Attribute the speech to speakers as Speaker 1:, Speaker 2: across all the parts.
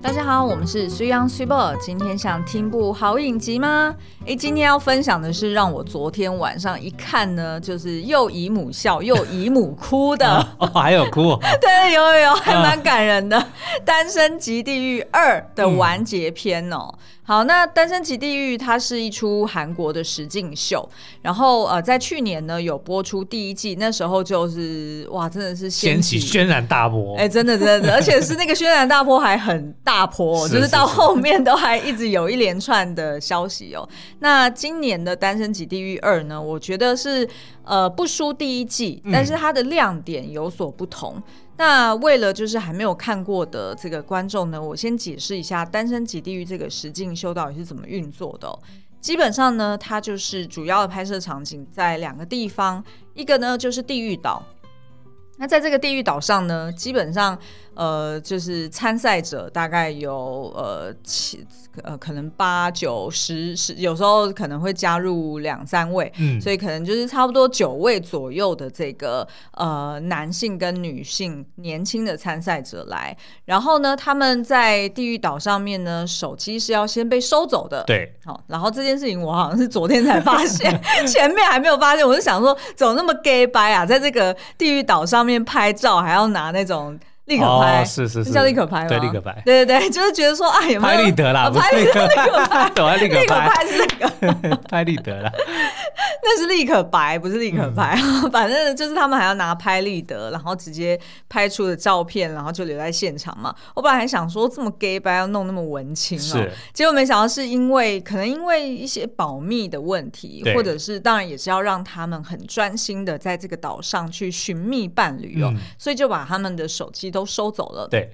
Speaker 1: 大家好，我们是虽阳虽报，今天想听部好影集吗？诶，今天要分享的是让我昨天晚上一看呢，就是又姨母笑又姨母哭的，
Speaker 2: 哦，还有哭 哦，
Speaker 1: 对，有有有，还蛮感人的，单身即地狱二》的完结篇哦。好，那《单身即地狱》它是一出韩国的实境秀，然后呃，在去年呢有播出第一季，那时候就是哇，真的是
Speaker 2: 掀起
Speaker 1: 起
Speaker 2: 轩然大波。
Speaker 1: 哎、真的真的，而且是那个轩然大波还很大波哦、
Speaker 2: 是
Speaker 1: 就是
Speaker 2: 是
Speaker 1: 到后面都还一直有一连串的消息哦。那今年的《单身即地狱二》呢，我觉得是呃不输第一季，但是它的亮点有所不同。那为了就是还没有看过的这个观众呢，我先解释一下《单身即地狱》这个实境秀到底是怎么运作的、哦。基本上呢，它就是主要的拍摄场景在两个地方，一个呢就是地狱岛，那在这个地狱岛上呢，基本上呃，就是参赛者大概有呃七呃可能八九十十，有时候可能会加入两三位，
Speaker 2: 嗯，
Speaker 1: 所以可能就是差不多九位左右的这个呃男性跟女性年轻的参赛者来，然后呢，他们在地狱岛上面呢，手机是要先被收走的，
Speaker 2: 对，
Speaker 1: 好，然后这件事情我好像是昨天才发现， 前面还没有发现。我就想说，怎么那么 gay 掰啊，在这个地狱岛上面拍照，还要拿那种立可拍，
Speaker 2: 哦是是是
Speaker 1: 叫立可拍吗？
Speaker 2: 对立可拍
Speaker 1: 对对对，就是觉得说，啊，有没
Speaker 2: 拍
Speaker 1: 有
Speaker 2: 立得啦，
Speaker 1: 啊
Speaker 2: 不
Speaker 1: 拍
Speaker 2: 是
Speaker 1: 立
Speaker 2: 立可 拍，懂啊，立可
Speaker 1: 立可
Speaker 2: 拍，
Speaker 1: 拍是那个，
Speaker 2: 拍立得啦，
Speaker 1: 那是立可白， 不是立
Speaker 2: 嗯
Speaker 1: 可拍。反正就是他们还要拿拍立得，然后直接拍出的照片，然后就留在现场嘛。我本来还想说，这么 gay 掰要弄那么文青哦、
Speaker 2: 是
Speaker 1: 结果没想到是因为可能因为一些保密的问题，
Speaker 2: 对
Speaker 1: 或者是当然也是要让他们很专心的在这个岛上去寻觅伴侣哦，
Speaker 2: 嗯
Speaker 1: 所以就把他们的手机都收走了。
Speaker 2: 对，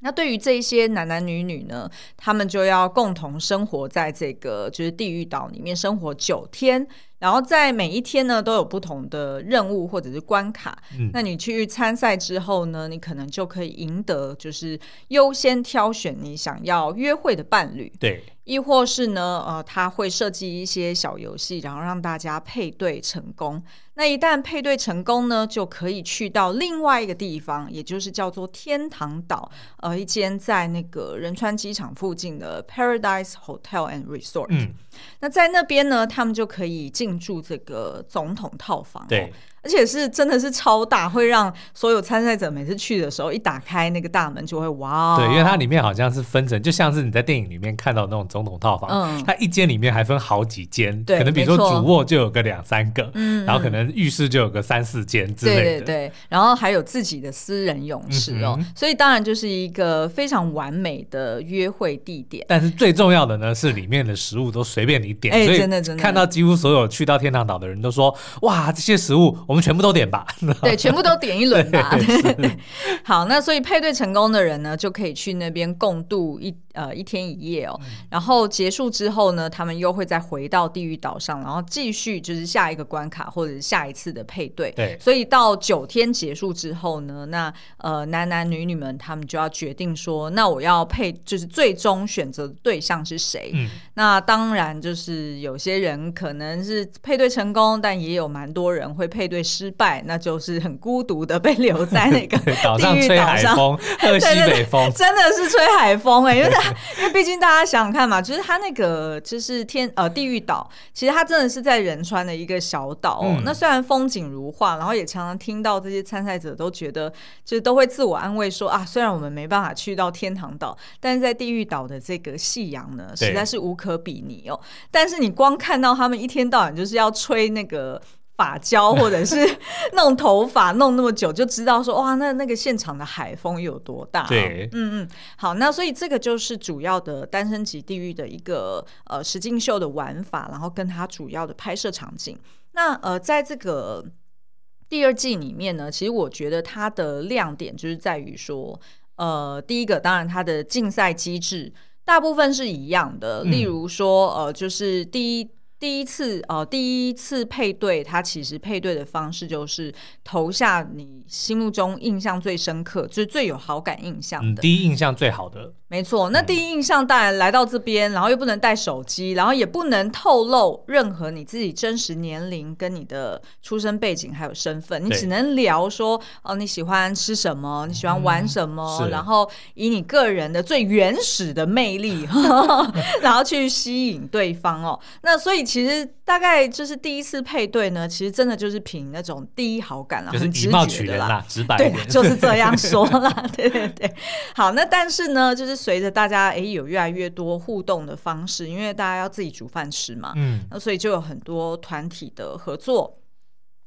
Speaker 1: 那对于这一些男男女女呢，他们就要共同生活在这个就是地狱岛里面生活九天，然后在每一天呢都有不同的任务或者是关卡。
Speaker 2: 嗯
Speaker 1: 那你去参赛之后呢，你可能就可以赢得，就是优先挑选你想要约会的伴侣。
Speaker 2: 对，
Speaker 1: 亦或是呢，呃，他会设计一些小游戏，然后让大家配对成功。那一旦配对成功呢，就可以去到另外一个地方，也就是叫做天堂岛，呃，一间在那个仁川机场附近的 Paradise Hotel and Resort。
Speaker 2: 嗯，
Speaker 1: 那在那边呢，他们就可以进驻这个总统套房、哦
Speaker 2: 对，，
Speaker 1: 而且是真的是超大，会让所有参赛者每次去的时候，一打开那个大门就会哇哦，
Speaker 2: 对，因为它里面好像是分成，就像是你在电影里面看到那种总统套
Speaker 1: 嗯
Speaker 2: 房，它一间里面还分好几间，
Speaker 1: 对
Speaker 2: 可能比如
Speaker 1: 没
Speaker 2: 说
Speaker 1: 错
Speaker 2: 主卧就有个两三个，
Speaker 1: 嗯
Speaker 2: 然后可能浴室就有个三四间之
Speaker 1: 对
Speaker 2: 类
Speaker 1: 对
Speaker 2: 的，
Speaker 1: 对，然后还有自己的私人泳池哦，
Speaker 2: 嗯哼
Speaker 1: 所以当然就是一个非常完美的约会地点。
Speaker 2: 但是最重要的呢，是里面的食物都随便你点，
Speaker 1: 哎
Speaker 2: 所以
Speaker 1: 真的真的
Speaker 2: 看到几乎所有去到天堂岛的人都说，哇，这些食物我们全部都点吧。
Speaker 1: 对，全部都点一轮吧。 好，那所以配对成功的人呢，就可以去那边共度一呃一天一夜哦。然后结束之后呢，他们又会再回到地狱岛上，然后继续就是下一个关卡或者是下一次的配对。
Speaker 2: 对
Speaker 1: 所以到九天结束之后呢，那呃男男女女们他们就要决定说，那我要配就是最终选择的对象是谁。
Speaker 2: 嗯，
Speaker 1: 那当然，就是有些人可能是配对成功，但也有蛮多人会配对失败，那就是很孤独的被留在那个
Speaker 2: 对，岛上
Speaker 1: 地狱
Speaker 2: 吹
Speaker 1: 岛
Speaker 2: 海
Speaker 1: 上
Speaker 2: 风，喝西
Speaker 1: 对对
Speaker 2: 北风，
Speaker 1: 真的是吹海风哎、因为它，因为毕竟大家想想看嘛，就是它那个就是天呃地狱岛，其实它真的是在仁川的一个小岛、哦。
Speaker 2: 嗯
Speaker 1: 那虽然风景如画，然后也常常听到这些参赛者都觉得，就是都会自我安慰说啊，虽然我们没办法去到天堂岛，但是在地狱岛的这个夕阳呢，
Speaker 2: 对
Speaker 1: 实在是无可比拟哦。但是你光看到他们一天到晚就是要吹那个。发胶或 者是弄头发弄那么久，就知道说哇，那那个现场的海风有多大、啊。
Speaker 2: 对
Speaker 1: 嗯嗯，好，那所以这个就是主要的《单身级地狱》的一个呃实境秀的玩法，然后跟它主要的拍摄场景。那呃，在这个第二季里面呢，其实我觉得它的亮点就是在于说，呃，第一个当然它的竞赛机制大部分是一样的，
Speaker 2: 嗯
Speaker 1: 例如说呃，就是第一。第一次呃，第一次配对，它其实配对的方式就是投下你心目中印象最深刻，就是最有好感印象
Speaker 2: 嗯，
Speaker 1: 的。
Speaker 2: 第一印象最好的，
Speaker 1: 没错，
Speaker 2: 嗯
Speaker 1: 那第一印象当然来到这边，然后又不能带手机，然后也不能透露任何你自己真实年龄跟你的出生背景还有身份，你
Speaker 2: 对
Speaker 1: 只能聊说哦你喜欢吃什么，你喜欢玩什么，
Speaker 2: 嗯是
Speaker 1: 然后以你个人的最原始的魅力， 然后去吸引对方哦。那所以其实大概就是第一次配对呢，其实真的就是凭那种第一好感了，
Speaker 2: 就是
Speaker 1: 很直
Speaker 2: 以貌取
Speaker 1: 觉的
Speaker 2: 人
Speaker 1: 啦。
Speaker 2: 啦，直白
Speaker 1: 对
Speaker 2: 一
Speaker 1: 啦
Speaker 2: 点，
Speaker 1: 就是这样说啦。 对对对，好，那但是呢，就是随着大家诶有越来越多互动的方式，因为大家要自己煮饭吃嘛，
Speaker 2: 嗯，
Speaker 1: 那所以就有很多团体的合作。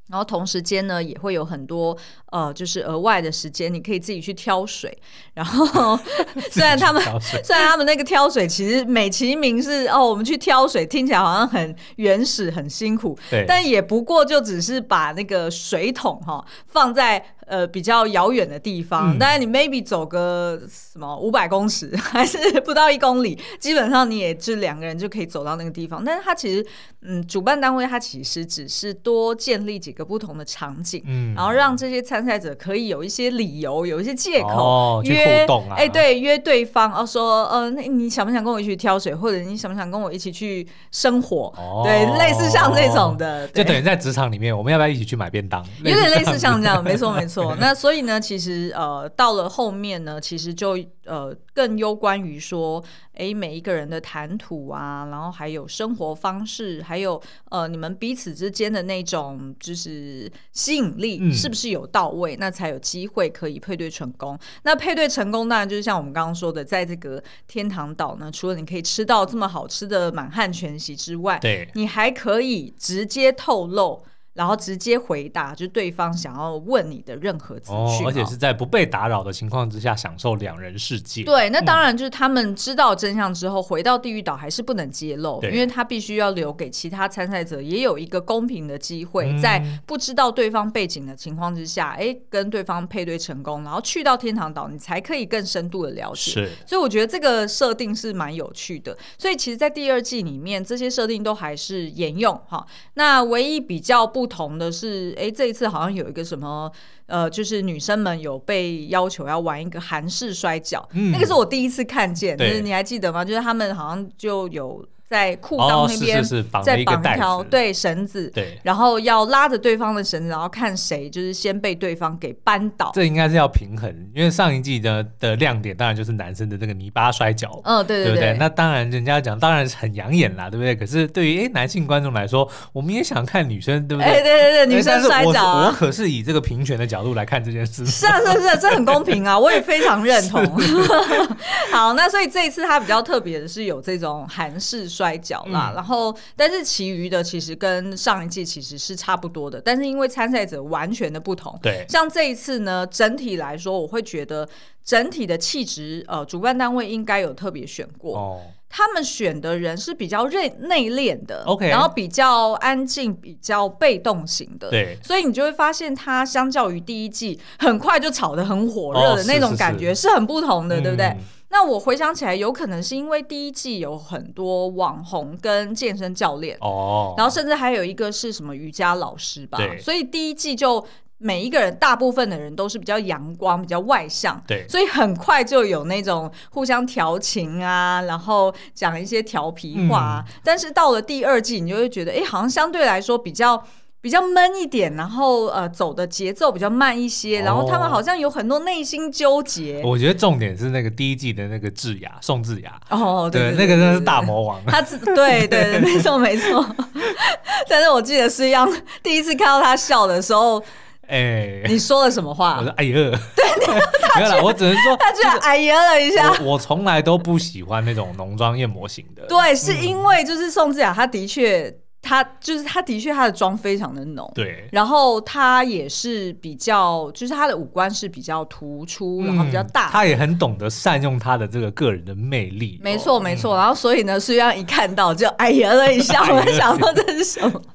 Speaker 1: 然后同时间呢，也会有很多呃，就是额外的时间，你可以自己去挑水。然 后 虽然他们
Speaker 2: 挑水
Speaker 1: 虽然他们那个挑水，其实美其名是哦，我们去挑水，听起来好像很原始、很辛苦，
Speaker 2: 对，
Speaker 1: 但也不过就只是把那个水桶哈、放在呃比较遥远的地方，
Speaker 2: 嗯
Speaker 1: 但是你 maybe 走个什么五百公尺， 还是不到一公里，基本上你也就两个人就可以走到那个地方。但是它其实，嗯，主办单位它其实只是多建立几个不同的场景，
Speaker 2: 嗯
Speaker 1: 然后让这些参赛者可以有一些理由，有一些借口。
Speaker 2: 哦去
Speaker 1: 约
Speaker 2: 互动啊，
Speaker 1: 哎、，对，约对方哦，说，呃，那你想不想跟我一起去挑水，或者你想不想跟我一起去生火？
Speaker 2: 哦
Speaker 1: 对，类似像这种的，对。
Speaker 2: 就等于在职场里面，我们要不要一起去买便当？
Speaker 1: 有点类似
Speaker 2: 这样
Speaker 1: 像这样，没错没错。 那所以呢，其实呃，到了后面呢，其实就呃更攸关于说，诶，每一个人的谈吐啊，然后还有生活方式，还有呃你们彼此之间的那种就是吸引力
Speaker 2: 嗯
Speaker 1: 是不是有到位，那才有机会可以配对成功。那配对成功，当然就是像我们刚刚说的，在这个天堂岛呢，除了你可以吃到这么好吃的满汉全席之外，
Speaker 2: 对，
Speaker 1: 你还可以直接透露，然后直接回答，就是对方想要问你的任何资讯、啊
Speaker 2: 哦，而且是。在不被打扰的情况之下，享受两人世界。
Speaker 1: 对，那当然就是他们知道真相之后，回到地狱岛还是不能揭露，
Speaker 2: 对
Speaker 1: 因为他必须要留给其他参赛者也有一个公平的机会，
Speaker 2: 嗯
Speaker 1: 在不知道对方背景的情况之下，哎，跟对方配对成功，然后去到天堂岛，你才可以更深度的了解。
Speaker 2: 是，
Speaker 1: 所以我觉得这个设定是蛮有趣的。所以其实，在第二季里面，这些设定都还是沿用哈。那唯一比较不同的是，诶，这一次好像有一个什么，呃，就是女生们有被要求要玩一个韩式摔跤，
Speaker 2: 嗯
Speaker 1: 那个是我第一次看见，就
Speaker 2: 对
Speaker 1: 是你还记得吗？就是他们好像就有在裤
Speaker 2: 哦
Speaker 1: 裆，那
Speaker 2: 是
Speaker 1: 边
Speaker 2: 是是，绑了
Speaker 1: 在
Speaker 2: 一个
Speaker 1: 绑
Speaker 2: 带
Speaker 1: 一条
Speaker 2: 子，
Speaker 1: 对绳子。
Speaker 2: 对，
Speaker 1: 然后要拉着对方的绳子，然后看谁就是先被对方给扳倒。
Speaker 2: 这应该是要平衡，因为上一季的的亮点当然就是男生的那个泥巴摔跤，
Speaker 1: 嗯，对
Speaker 2: 不
Speaker 1: 对
Speaker 2: 对？，那当然，人家讲当然是很养眼啦，对不对？可是对于诶男性观众来说，我们也想看女生，对不
Speaker 1: 哎，对
Speaker 2: 对？
Speaker 1: 对对，女
Speaker 2: 诶但
Speaker 1: 生
Speaker 2: 是
Speaker 1: 摔
Speaker 2: 我是
Speaker 1: 跤啊，
Speaker 2: 我可是以这个平权的角度来看这件 事。
Speaker 1: 是啊，是啊是啊，这很公平 啊，我也非常认同。 好，那所以这一次它比较特别的是有这种韩式摔跤啦，
Speaker 2: 嗯
Speaker 1: 然后但是其余的其实跟上一季其实是差不多的，但是因为参赛者完全的不同，
Speaker 2: 对，
Speaker 1: 像这一次呢，整体来说我会觉得整体的气质，呃，主办单位应该有特别选过，
Speaker 2: 哦，
Speaker 1: 他们选的人是比较内内敛的
Speaker 2: OK
Speaker 1: 然后比较安静、比较被动型的，
Speaker 2: 对
Speaker 1: 所以你就会发现，它相较于第一季很快就炒得很火热
Speaker 2: 哦
Speaker 1: 的
Speaker 2: 是
Speaker 1: 那种
Speaker 2: 是
Speaker 1: 感觉是很不同的，对不对
Speaker 2: 嗯？
Speaker 1: 那我回想起来，有可能是因为第一季有很多网红跟健身教练，
Speaker 2: 哦，
Speaker 1: 然后甚至还有一个是什么瑜伽老师吧，
Speaker 2: 对
Speaker 1: 所以第一季就。每一个人，大部分的人都是比较阳光、比较外向，
Speaker 2: 对
Speaker 1: 所以很快就有那种互相调情啊，然后讲一些调皮话、啊。
Speaker 2: 嗯
Speaker 1: 但是到了第二季，你就会觉得，哎、好像相对来说比较比较闷一点，然后呃，走的节奏比较慢一些，然后他们
Speaker 2: 哦
Speaker 1: 好像有很多内心纠结。
Speaker 2: 我觉得重点是那个第一季的那个智雅，宋智雅，
Speaker 1: 哦，对，
Speaker 2: 那个真的是大魔王。
Speaker 1: 他自对对对，没错没错。但是我记得是一样，第一次看到他笑的时候，
Speaker 2: 哎，
Speaker 1: 你说了什么话
Speaker 2: 我说？哎呀，没有啦，我只能说，
Speaker 1: 他居然哎呀了一下。
Speaker 2: 我我从来都不喜欢那种浓妆艳抹型的。嗯
Speaker 1: 对，是因为就是宋智雅，她的确，她就是她的确她的妆非常的浓。
Speaker 2: 对，
Speaker 1: 然后她也是比较，就是她的五官是比较突出，然后比较大
Speaker 2: 嗯，他也很懂得善用他的这个个人的魅力。
Speaker 1: 没错，没错。然后所以呢，虽然一看到就哎呀了一下，我就想说这是什么？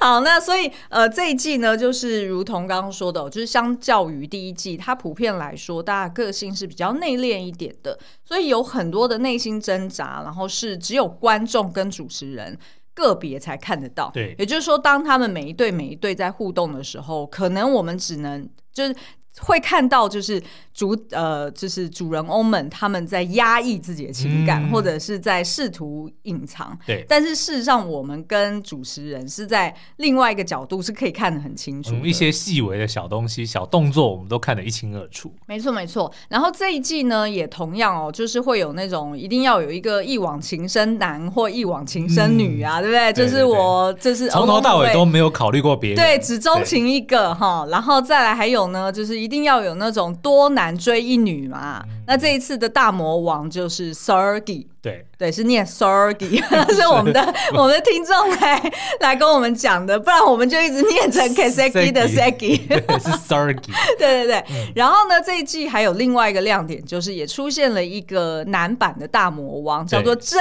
Speaker 1: 好，那所以呃这一季呢，就是如同刚刚说的哦，就是相较于第一季，它普遍来说，大家个性是比较内敛一点的，所以有很多的内心挣扎，然后是只有观众跟主持人。个别才看得到，
Speaker 2: 对
Speaker 1: 也就是说，当他们每一对每一对在互动的时候，可能我们只能就是会看到就是主呃，就是主人翁们他们在压抑自己的情感，
Speaker 2: 嗯
Speaker 1: 或者是在试图隐藏。
Speaker 2: 对，
Speaker 1: 但是事实上，我们跟主持人是在另外一个角度是可以看得很清楚
Speaker 2: 从
Speaker 1: 的。
Speaker 2: 嗯一些细微的小东西、小动作，我们都看得一清二楚。
Speaker 1: 没错没错，然后这一季呢，也同样哦，就是会有那种一定要有一个一往情深男或一往情深女啊，对不对？
Speaker 2: 嗯对
Speaker 1: 就是我，就是
Speaker 2: 从头到尾都没有考虑过别人。
Speaker 1: 哦对，只钟情一个哈，然后再来还有呢，就是一定要有那种多男追一女嘛。
Speaker 2: 嗯
Speaker 1: 那这一次的大魔王就是 Sergey。
Speaker 2: 对，
Speaker 1: 对，是念 Sergey，是我们的我们的听众来 来跟我们讲的，不然我们就一直念成 Kaseki 的 Seki。 嗯
Speaker 2: 对对是 Sergi，
Speaker 1: 对对对，然后呢，这一季还有另外一个亮点，就是也出现了一个男版的大魔王，叫做真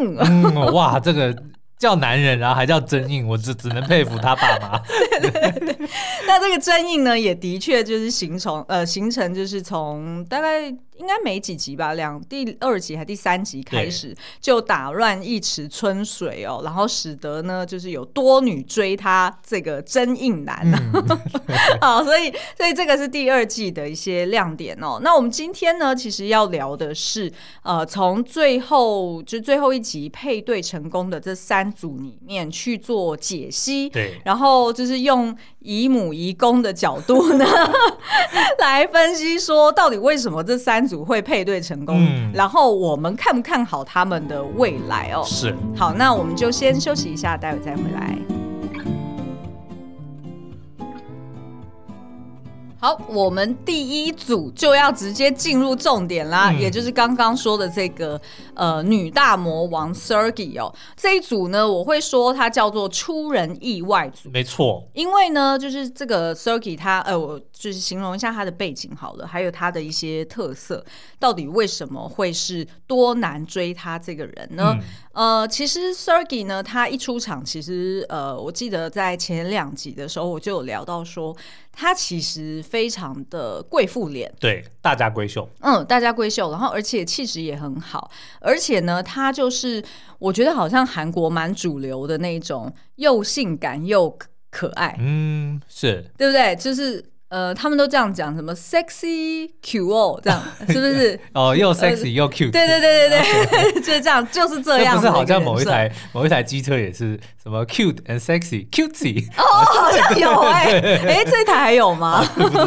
Speaker 1: 印。
Speaker 2: 嗯，哇，这个叫男人，然啊后还叫真硬，我只只能佩服他爸 妈。
Speaker 1: 那这个真印呢，也的确就是形成呃形成就是从大概应该没几集吧，两第二集还第三集开始就打乱一池春水哦，然后使得呢就是有多女追他这个真印男啊。 好，所以所以这个是第二季的一些亮点哦。那我们今天呢，其实要聊的是，呃，从最后就最后一集配对成功的这三组里面去做解析，
Speaker 2: 对，
Speaker 1: 然后就是用姨母姨公的角度呢， 来分析说到底为什么这三组会配对成功，
Speaker 2: 嗯
Speaker 1: 然后我们看不看好他们的未来哦。
Speaker 2: 是。
Speaker 1: 好，那我们就先休息一下，待会再回来。好，我们第一组就要直接进入重点啦，
Speaker 2: 嗯
Speaker 1: 也就是刚刚说的这个呃女大魔王 Sergey 哦，这一组呢，我会说它叫做出人意外组。
Speaker 2: 没错，
Speaker 1: 因为呢，就是这个 Sergey 他呃，我就是形容一下他的背景好了，还有他的一些特色，到底为什么会是多难追他这个人呢？
Speaker 2: 嗯，
Speaker 1: 呃，其实 Sergey 呢，他一出场，其实呃，我记得在前两集的时候，我就有聊到说，他其实非常的贵妇脸，
Speaker 2: 对，大家闺秀，
Speaker 1: 嗯，大家闺秀，然后而且气质也很好，而且呢，他就是我觉得好像韩国蛮主流的那一种，又性感又可可爱，
Speaker 2: 嗯，是
Speaker 1: 对不对？就是呃，他们都这样讲，什么 sexy QO 这样，是不是？
Speaker 2: 哦，又 sexy 又 cute，
Speaker 1: 呃对对对对对， 就是这样，就是这
Speaker 2: 那
Speaker 1: 样。
Speaker 2: 不是好像某一，台某一台机车也是什么 cute and sexy cutesy，
Speaker 1: 哦好像有哎、 哎、这台还有吗？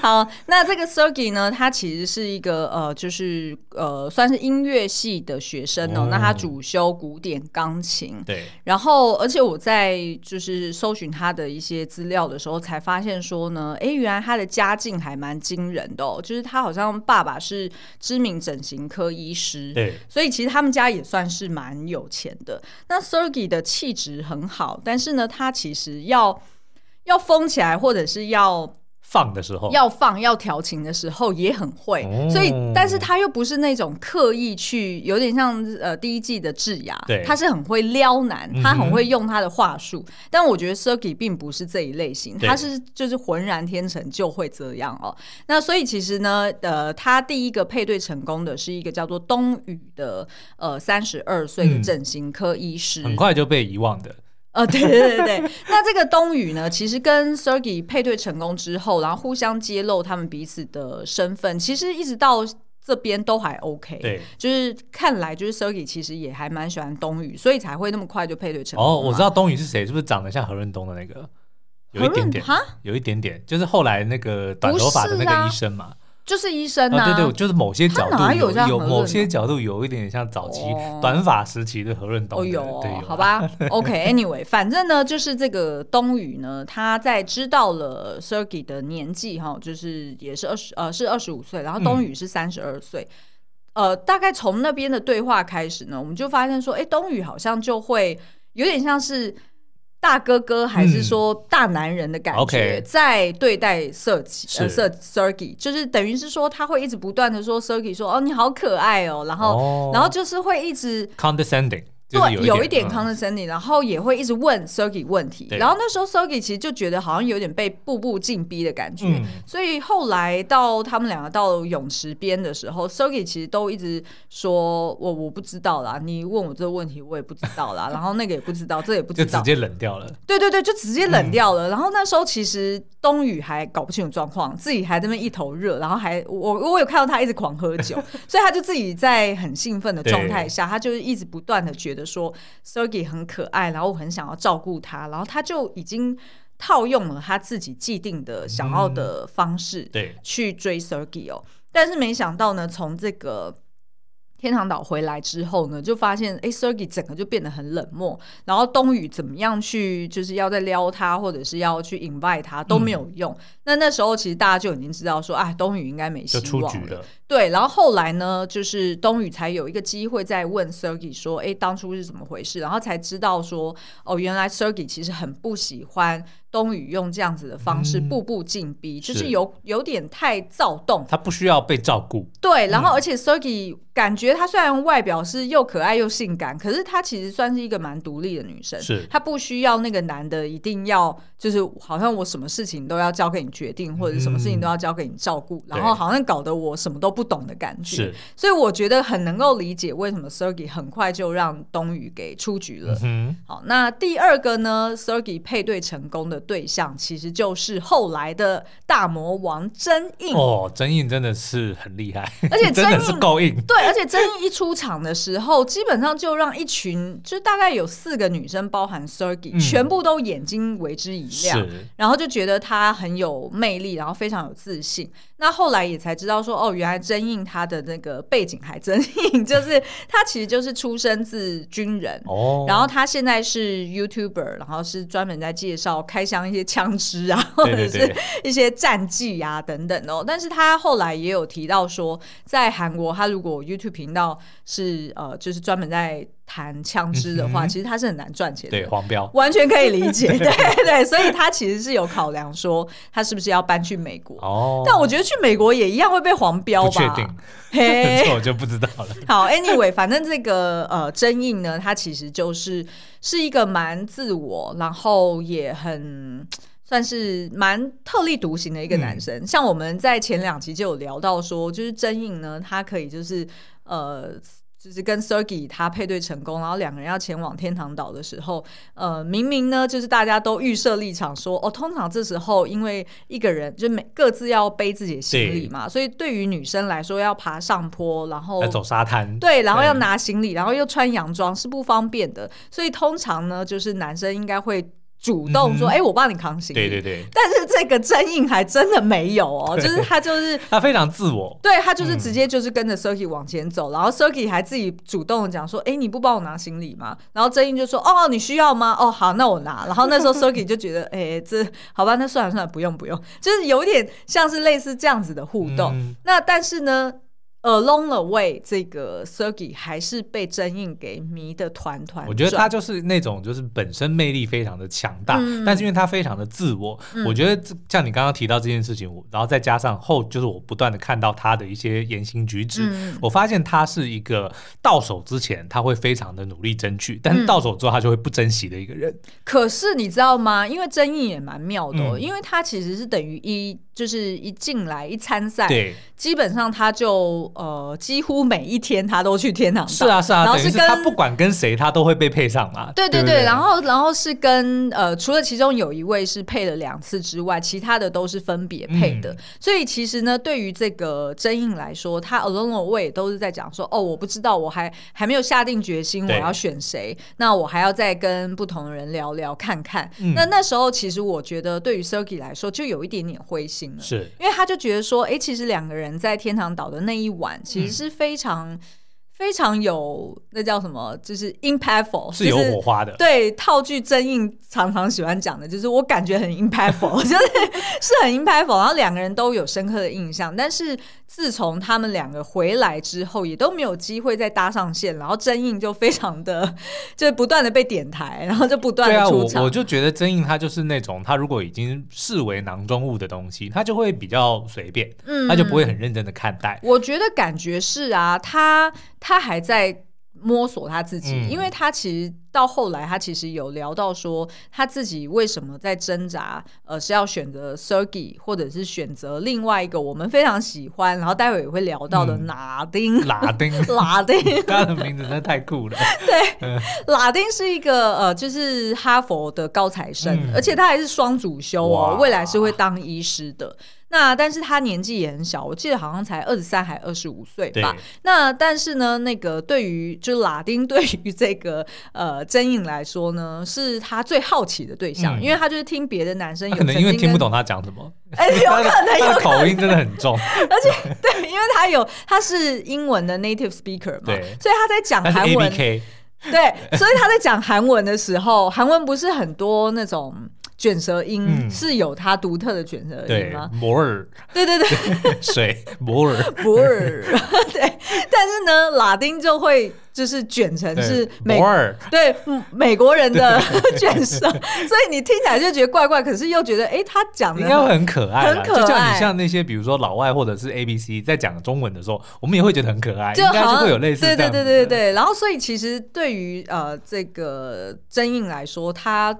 Speaker 1: 好，那这个 Sergey 呢，他其实是一个呃，就是呃，算是音乐系的学生哦。
Speaker 2: 哦
Speaker 1: 那他主修古典钢琴，
Speaker 2: 对，
Speaker 1: 然后，而且我在就是搜寻他的一些资料的时候，才发现说呢，诶，原来他的家境还蛮惊人的哦，就是他好像爸爸是知名整形科医师。
Speaker 2: 对，
Speaker 1: 所以其实他们家也算是蛮有钱的。那 Sergey 的气质很好，但是呢，他其实要要疯起来，或者是要
Speaker 2: 放的时候，
Speaker 1: 要放要调情的时候也很会。
Speaker 2: 哦
Speaker 1: 所以，但是他又不是那种刻意去，有点像呃第一季的智雅
Speaker 2: 对，
Speaker 1: 他是很会撩男，
Speaker 2: 嗯哼
Speaker 1: 他很会用他的话术。但我觉得 Sergey 并不是这一类型，
Speaker 2: 对
Speaker 1: 他是就是浑然天成就会这样哦。那所以其实呢，呃，他第一个配对成功的是一个叫做东宇的呃三十二岁的
Speaker 2: 嗯
Speaker 1: 整形科医师，
Speaker 2: 很快就被遗忘的，
Speaker 1: 呃，对对对对，那这个东宇呢，其实跟 Sergey 配对成功之后，然后互相揭露他们彼此的身份，其实一直到这边都还 OK。，
Speaker 2: 对。
Speaker 1: 就是看来就是 Sergey 其实也还蛮喜欢东宇，所以才会那么快就配对成功嘛。
Speaker 2: 哦，我知道东宇是谁，是不是长得像何润东的那个？有一点点
Speaker 1: 何润，
Speaker 2: 有一点点，就是后来那个短头发的那
Speaker 1: 不是啊
Speaker 2: 个医生嘛。
Speaker 1: 就是医生呐、
Speaker 2: 啊，对对，就是某些角
Speaker 1: 他
Speaker 2: 度
Speaker 1: 哪有像
Speaker 2: 有
Speaker 1: 何润
Speaker 2: 某
Speaker 1: 东
Speaker 2: 些角度有一点像早期
Speaker 1: 哦
Speaker 2: 短发时期的何润东
Speaker 1: 哦
Speaker 2: 的，
Speaker 1: 有
Speaker 2: 对，有
Speaker 1: 哦
Speaker 2: 啊
Speaker 1: 好， 吧，OK，Anyway，、反正呢，就是这个东宇呢，他在知道了 Sergey 的年纪哈，就是也是二十呃是二十五岁，然后东
Speaker 2: 嗯
Speaker 1: 宇是三十二岁。呃，大概从那边的对话开始呢，我们就发现说，哎、东宇好像就会有点像是大哥哥，还是说大男人的感觉，
Speaker 2: 嗯 OK
Speaker 1: 在对待 Sergey 呃
Speaker 2: 是
Speaker 1: Ser- Sergey，就是等于是说他会一直不断的说 Sergey 说哦你好可爱哦，然后、
Speaker 2: 哦
Speaker 1: 然后就是会一直
Speaker 2: condescending，就是
Speaker 1: 对，
Speaker 2: 有
Speaker 1: 一点
Speaker 2: 嗯
Speaker 1: condescending，、然后也会一直问 Sergey 问题。
Speaker 2: 对
Speaker 1: 然后那时候 Sergey 其实就觉得好像有点被步步进逼的感觉，
Speaker 2: 嗯
Speaker 1: 所以后来到他们两个到泳池边的时候，Sergey 其实都一直说我我不知道啦，你问我这个问题我也不知道啦，然后那个也不知道，这也不
Speaker 2: 就
Speaker 1: 知
Speaker 2: 直
Speaker 1: 道，
Speaker 2: 接冷掉了。
Speaker 1: 对对对，就直接冷掉了。然后那时候其实冬雨还搞不清楚状况，自己还在那边一头热，然后还我我有看到他一直狂喝酒，所以他就自己在很兴奋的状态下，他就是一直不断的觉得说 Sergey 很可爱，然后我很想要照顾他，然后他就已经套用了他自己既定的想要的方式
Speaker 2: 对，
Speaker 1: 去追 Sergey 哦。但是没想到呢，从这个天堂岛回来之后呢，就发现哎、s e r g e y 整个就变得很冷漠，然后冬雨怎么样去就是要再撩他，或者是要去 invite 他都没
Speaker 2: 嗯
Speaker 1: 有用。那那时候其实大家就已经知道说，哎，冬雨应该没希
Speaker 2: 就
Speaker 1: 望
Speaker 2: 出局了。
Speaker 1: 对，然后后来呢，就是冬雨才有一个机会再问 Sergey 说，哎，当初是怎么回事？然后才知道说，哦，原来 Sergey 其实很不喜欢冬雨用这样子的方式
Speaker 2: 嗯
Speaker 1: 步步进逼，就是
Speaker 2: 是
Speaker 1: 有有点太躁动。
Speaker 2: 他不需要被照顾，
Speaker 1: 对，然后
Speaker 2: 嗯
Speaker 1: 而且 Sergey 感觉她虽然外表是又可爱又性感，可是她其实算是一个蛮独立的女生，
Speaker 2: 是
Speaker 1: 她不需要那个男的一定要就是好像我什么事情都要交给你决定，或者是什么事情都要交给你照顾，然后
Speaker 2: 嗯对
Speaker 1: 好像搞得我什么都不懂的感觉。
Speaker 2: 是，
Speaker 1: 所以我觉得很能够理解为什么 Sergey 很快就让冬雨给出局了。
Speaker 2: 嗯，
Speaker 1: 好，那第二个呢？Sergey 配对成功的对象其实就是后来的大魔王真印。
Speaker 2: 哦，真印真的是很厉害，
Speaker 1: 而且
Speaker 2: 真
Speaker 1: 真
Speaker 2: 的
Speaker 1: 印
Speaker 2: 是够硬，
Speaker 1: 对，而且真印一出场的时候，基本上就让一群，就大概有四个女生，包含 Sergey，、
Speaker 2: 嗯
Speaker 1: 全部都眼睛为之一亮，
Speaker 2: 是
Speaker 1: 然后就觉得她很有魅力，然后非常有自信。那后来也才知道说，哦，原来真印她的那个背景还真印， 就是她其实就是出身自军人。
Speaker 2: 哦。
Speaker 1: 然后他现在是 YouTuber，然后是专门在介绍开箱一些枪支啊，或
Speaker 2: 对
Speaker 1: 者是
Speaker 2: 对对，
Speaker 1: 一些战绩啊等等哦。但是他后来也有提到说，在韩国，他如果 YouTube 频道是呃，就是专门在谈枪支的话，
Speaker 2: 嗯哼
Speaker 1: 其实他是很难赚钱
Speaker 2: 对
Speaker 1: 的。
Speaker 2: 黄标，
Speaker 1: 完全可以理 解，对对，所以他其实是有考量说他是不是要搬去美国，
Speaker 2: 哦，
Speaker 1: 但我觉得去美国也一样会被黄标
Speaker 2: 不
Speaker 1: 吧，
Speaker 2: 确定，
Speaker 1: 嘿，
Speaker 2: 这我就不知道了。
Speaker 1: 好，anyway，反正这个呃争议呢，它其实就是是一个蛮自我，然后也很。算是蛮特立独行的一个男
Speaker 2: 嗯
Speaker 1: 生，像我们在前两集就有聊到说，就是真印呢，他可以就是呃，就是跟 Sergey 他配对成功，然后两个人要前往天堂岛的时候，呃，明明呢就是大家都预设立场说，哦，通常这时候因为一个人就每各自要背自己的行李
Speaker 2: 对
Speaker 1: 嘛，所以对于女生来说要爬上坡，然后
Speaker 2: 要走沙滩，
Speaker 1: 对，然后要
Speaker 2: 对
Speaker 1: 拿行李，然后又穿洋装是不方便的，所以通常呢，就是男生应该会主动说：“
Speaker 2: 嗯哼
Speaker 1: 哎、我帮你扛行李。”
Speaker 2: 对对对，
Speaker 1: 但是这个真印还真的没有哦，
Speaker 2: 对嗯
Speaker 1: 就是他就是。
Speaker 2: 他非常自我，
Speaker 1: 对他就是直接就是跟着 Sergey 往前走，然后 Sergey 还自己主动的讲说：“哎、你不帮我拿行李吗？”然后真印就说：“哦，你需要吗？哦，好，那我拿。”然后那时候 Sergey 就觉得：“哎、这好吧，那算了算了，不用不用。”就是有点像是类似这样子的互动。
Speaker 2: 嗯
Speaker 1: 那但是呢，Along the Way 这个 Sergey 还是被真印给迷得团团转。
Speaker 2: 我觉得他就是那种就是本身魅力非常的强大，
Speaker 1: 嗯
Speaker 2: 但是因为他非常的自我，我觉得这像你刚刚提到这件事情，我然后再加上后就是我不断的看到他的一些言行举止，
Speaker 1: 嗯
Speaker 2: 我发现他是一个到手之前他会非常的努力争
Speaker 1: 嗯
Speaker 2: 取，但是到手之后他就会不珍惜的一个人。
Speaker 1: 可是你知道吗？因为真印也蛮妙的、哦，
Speaker 2: 嗯
Speaker 1: 因为他其实是等于一就是一进来一参赛，
Speaker 2: 对，
Speaker 1: 基本上他就呃几乎每一天他都去天堂岛。
Speaker 2: 是啊是啊，
Speaker 1: 然后
Speaker 2: 等
Speaker 1: 是
Speaker 2: 于是
Speaker 1: 跟
Speaker 2: 他不管跟谁他都会被配上嘛。
Speaker 1: 对对
Speaker 2: 对不
Speaker 1: 对，然后然后是跟呃，除了其中有一位是配了两次之外，其他的都是分别配的。
Speaker 2: 嗯
Speaker 1: 所以其实呢，对于这个真印来说，他 alone away 都是在讲说，哦，我不知道，我还还没有下定决心我
Speaker 2: 对
Speaker 1: 要选谁，那我还要再跟不同的人聊聊看看。
Speaker 2: 嗯
Speaker 1: 那那时候其实我觉得，对于 Sergey 来说，就有一点点灰心了。
Speaker 2: 是
Speaker 1: 因为他就觉得说，哎、其实两个人在天堂岛的那一晚，
Speaker 2: 嗯
Speaker 1: 其实是非常、非常有那叫什么，就是 impactful，
Speaker 2: 是有
Speaker 1: 就是
Speaker 2: 火花的，
Speaker 1: 对，套句真印常常喜欢讲的就是我感觉很 impactful，就是 是很 impactful，然后两个人都有深刻的印象。但是自从他们两个回来之后，也都没有机会再搭上线，然后真印就非常的就是不断的被点台，然后就不断
Speaker 2: 对
Speaker 1: 的
Speaker 2: 啊，
Speaker 1: 出
Speaker 2: 我
Speaker 1: 场。
Speaker 2: 我就觉得真印他就是那种，他如果已经视为囊中物的东西，他就会比较随便，
Speaker 1: 嗯
Speaker 2: 他就不会很认真的看待。
Speaker 1: 我觉得感觉是啊，他他还在。摸索他自己，
Speaker 2: 嗯
Speaker 1: 因为他其实到后来，他其实有聊到说他自己为什么在挣扎，呃，是要选择 Sergey 或者是选择另外一个我们非常喜欢，然后待会也会聊到的
Speaker 2: 嗯
Speaker 1: 拿丁。
Speaker 2: 拉丁，
Speaker 1: 拉丁，
Speaker 2: 他的名字真的太酷了。
Speaker 1: 拉丁是一个呃，就是哈佛的高材生，
Speaker 2: 嗯
Speaker 1: 而且他还是双主修哦
Speaker 2: 哇，
Speaker 1: 未来是会当医师的。那但是他年纪也很小，我记得好像才二十三还二十五岁
Speaker 2: 对，
Speaker 1: 吧。那但是呢，那个对于就是拉丁对于这个 呃真颖来说呢，是他最好奇的对象，
Speaker 2: 嗯
Speaker 1: 因为他就是听别的男生有
Speaker 2: 可能因为
Speaker 1: 曾经
Speaker 2: 听不
Speaker 1: 跟
Speaker 2: 懂他讲什么，
Speaker 1: 哎、有
Speaker 2: 他
Speaker 1: 可
Speaker 2: 的
Speaker 1: 能有啊
Speaker 2: 他的口音真的很重，
Speaker 1: 对，因为他有他是英文的 native speaker 嘛
Speaker 2: 对，
Speaker 1: 所以他在讲
Speaker 2: 但是
Speaker 1: 韩
Speaker 2: A
Speaker 1: 文
Speaker 2: B，K
Speaker 1: 对，所以他在讲韩文的时候，韩文不是很多那种卷舌音、
Speaker 2: 嗯
Speaker 1: 是有他独特的卷舌音
Speaker 2: 对
Speaker 1: 吗？
Speaker 2: 摩尔
Speaker 1: 对对对，
Speaker 2: 水摩尔
Speaker 1: 不是， 对，但是呢，拉丁就会就是卷成是
Speaker 2: 对
Speaker 1: 美
Speaker 2: 摩尔
Speaker 1: 对嗯美国人的 卷舌，所以你听起来就觉得怪怪，可是又觉得哎、诶他讲的
Speaker 2: 应该会很可爱啦，
Speaker 1: 很可爱
Speaker 2: 就像你像那些比如说老外或者是 A B C 在讲中文的时候，我们也会觉得很可爱，
Speaker 1: 就
Speaker 2: 应该
Speaker 1: 好
Speaker 2: 就
Speaker 1: 像
Speaker 2: 会有类似
Speaker 1: 对
Speaker 2: 这
Speaker 1: 对
Speaker 2: 样
Speaker 1: 对
Speaker 2: 子
Speaker 1: 对
Speaker 2: 的
Speaker 1: 对。然后，所以其实对于呃这个真印来说，他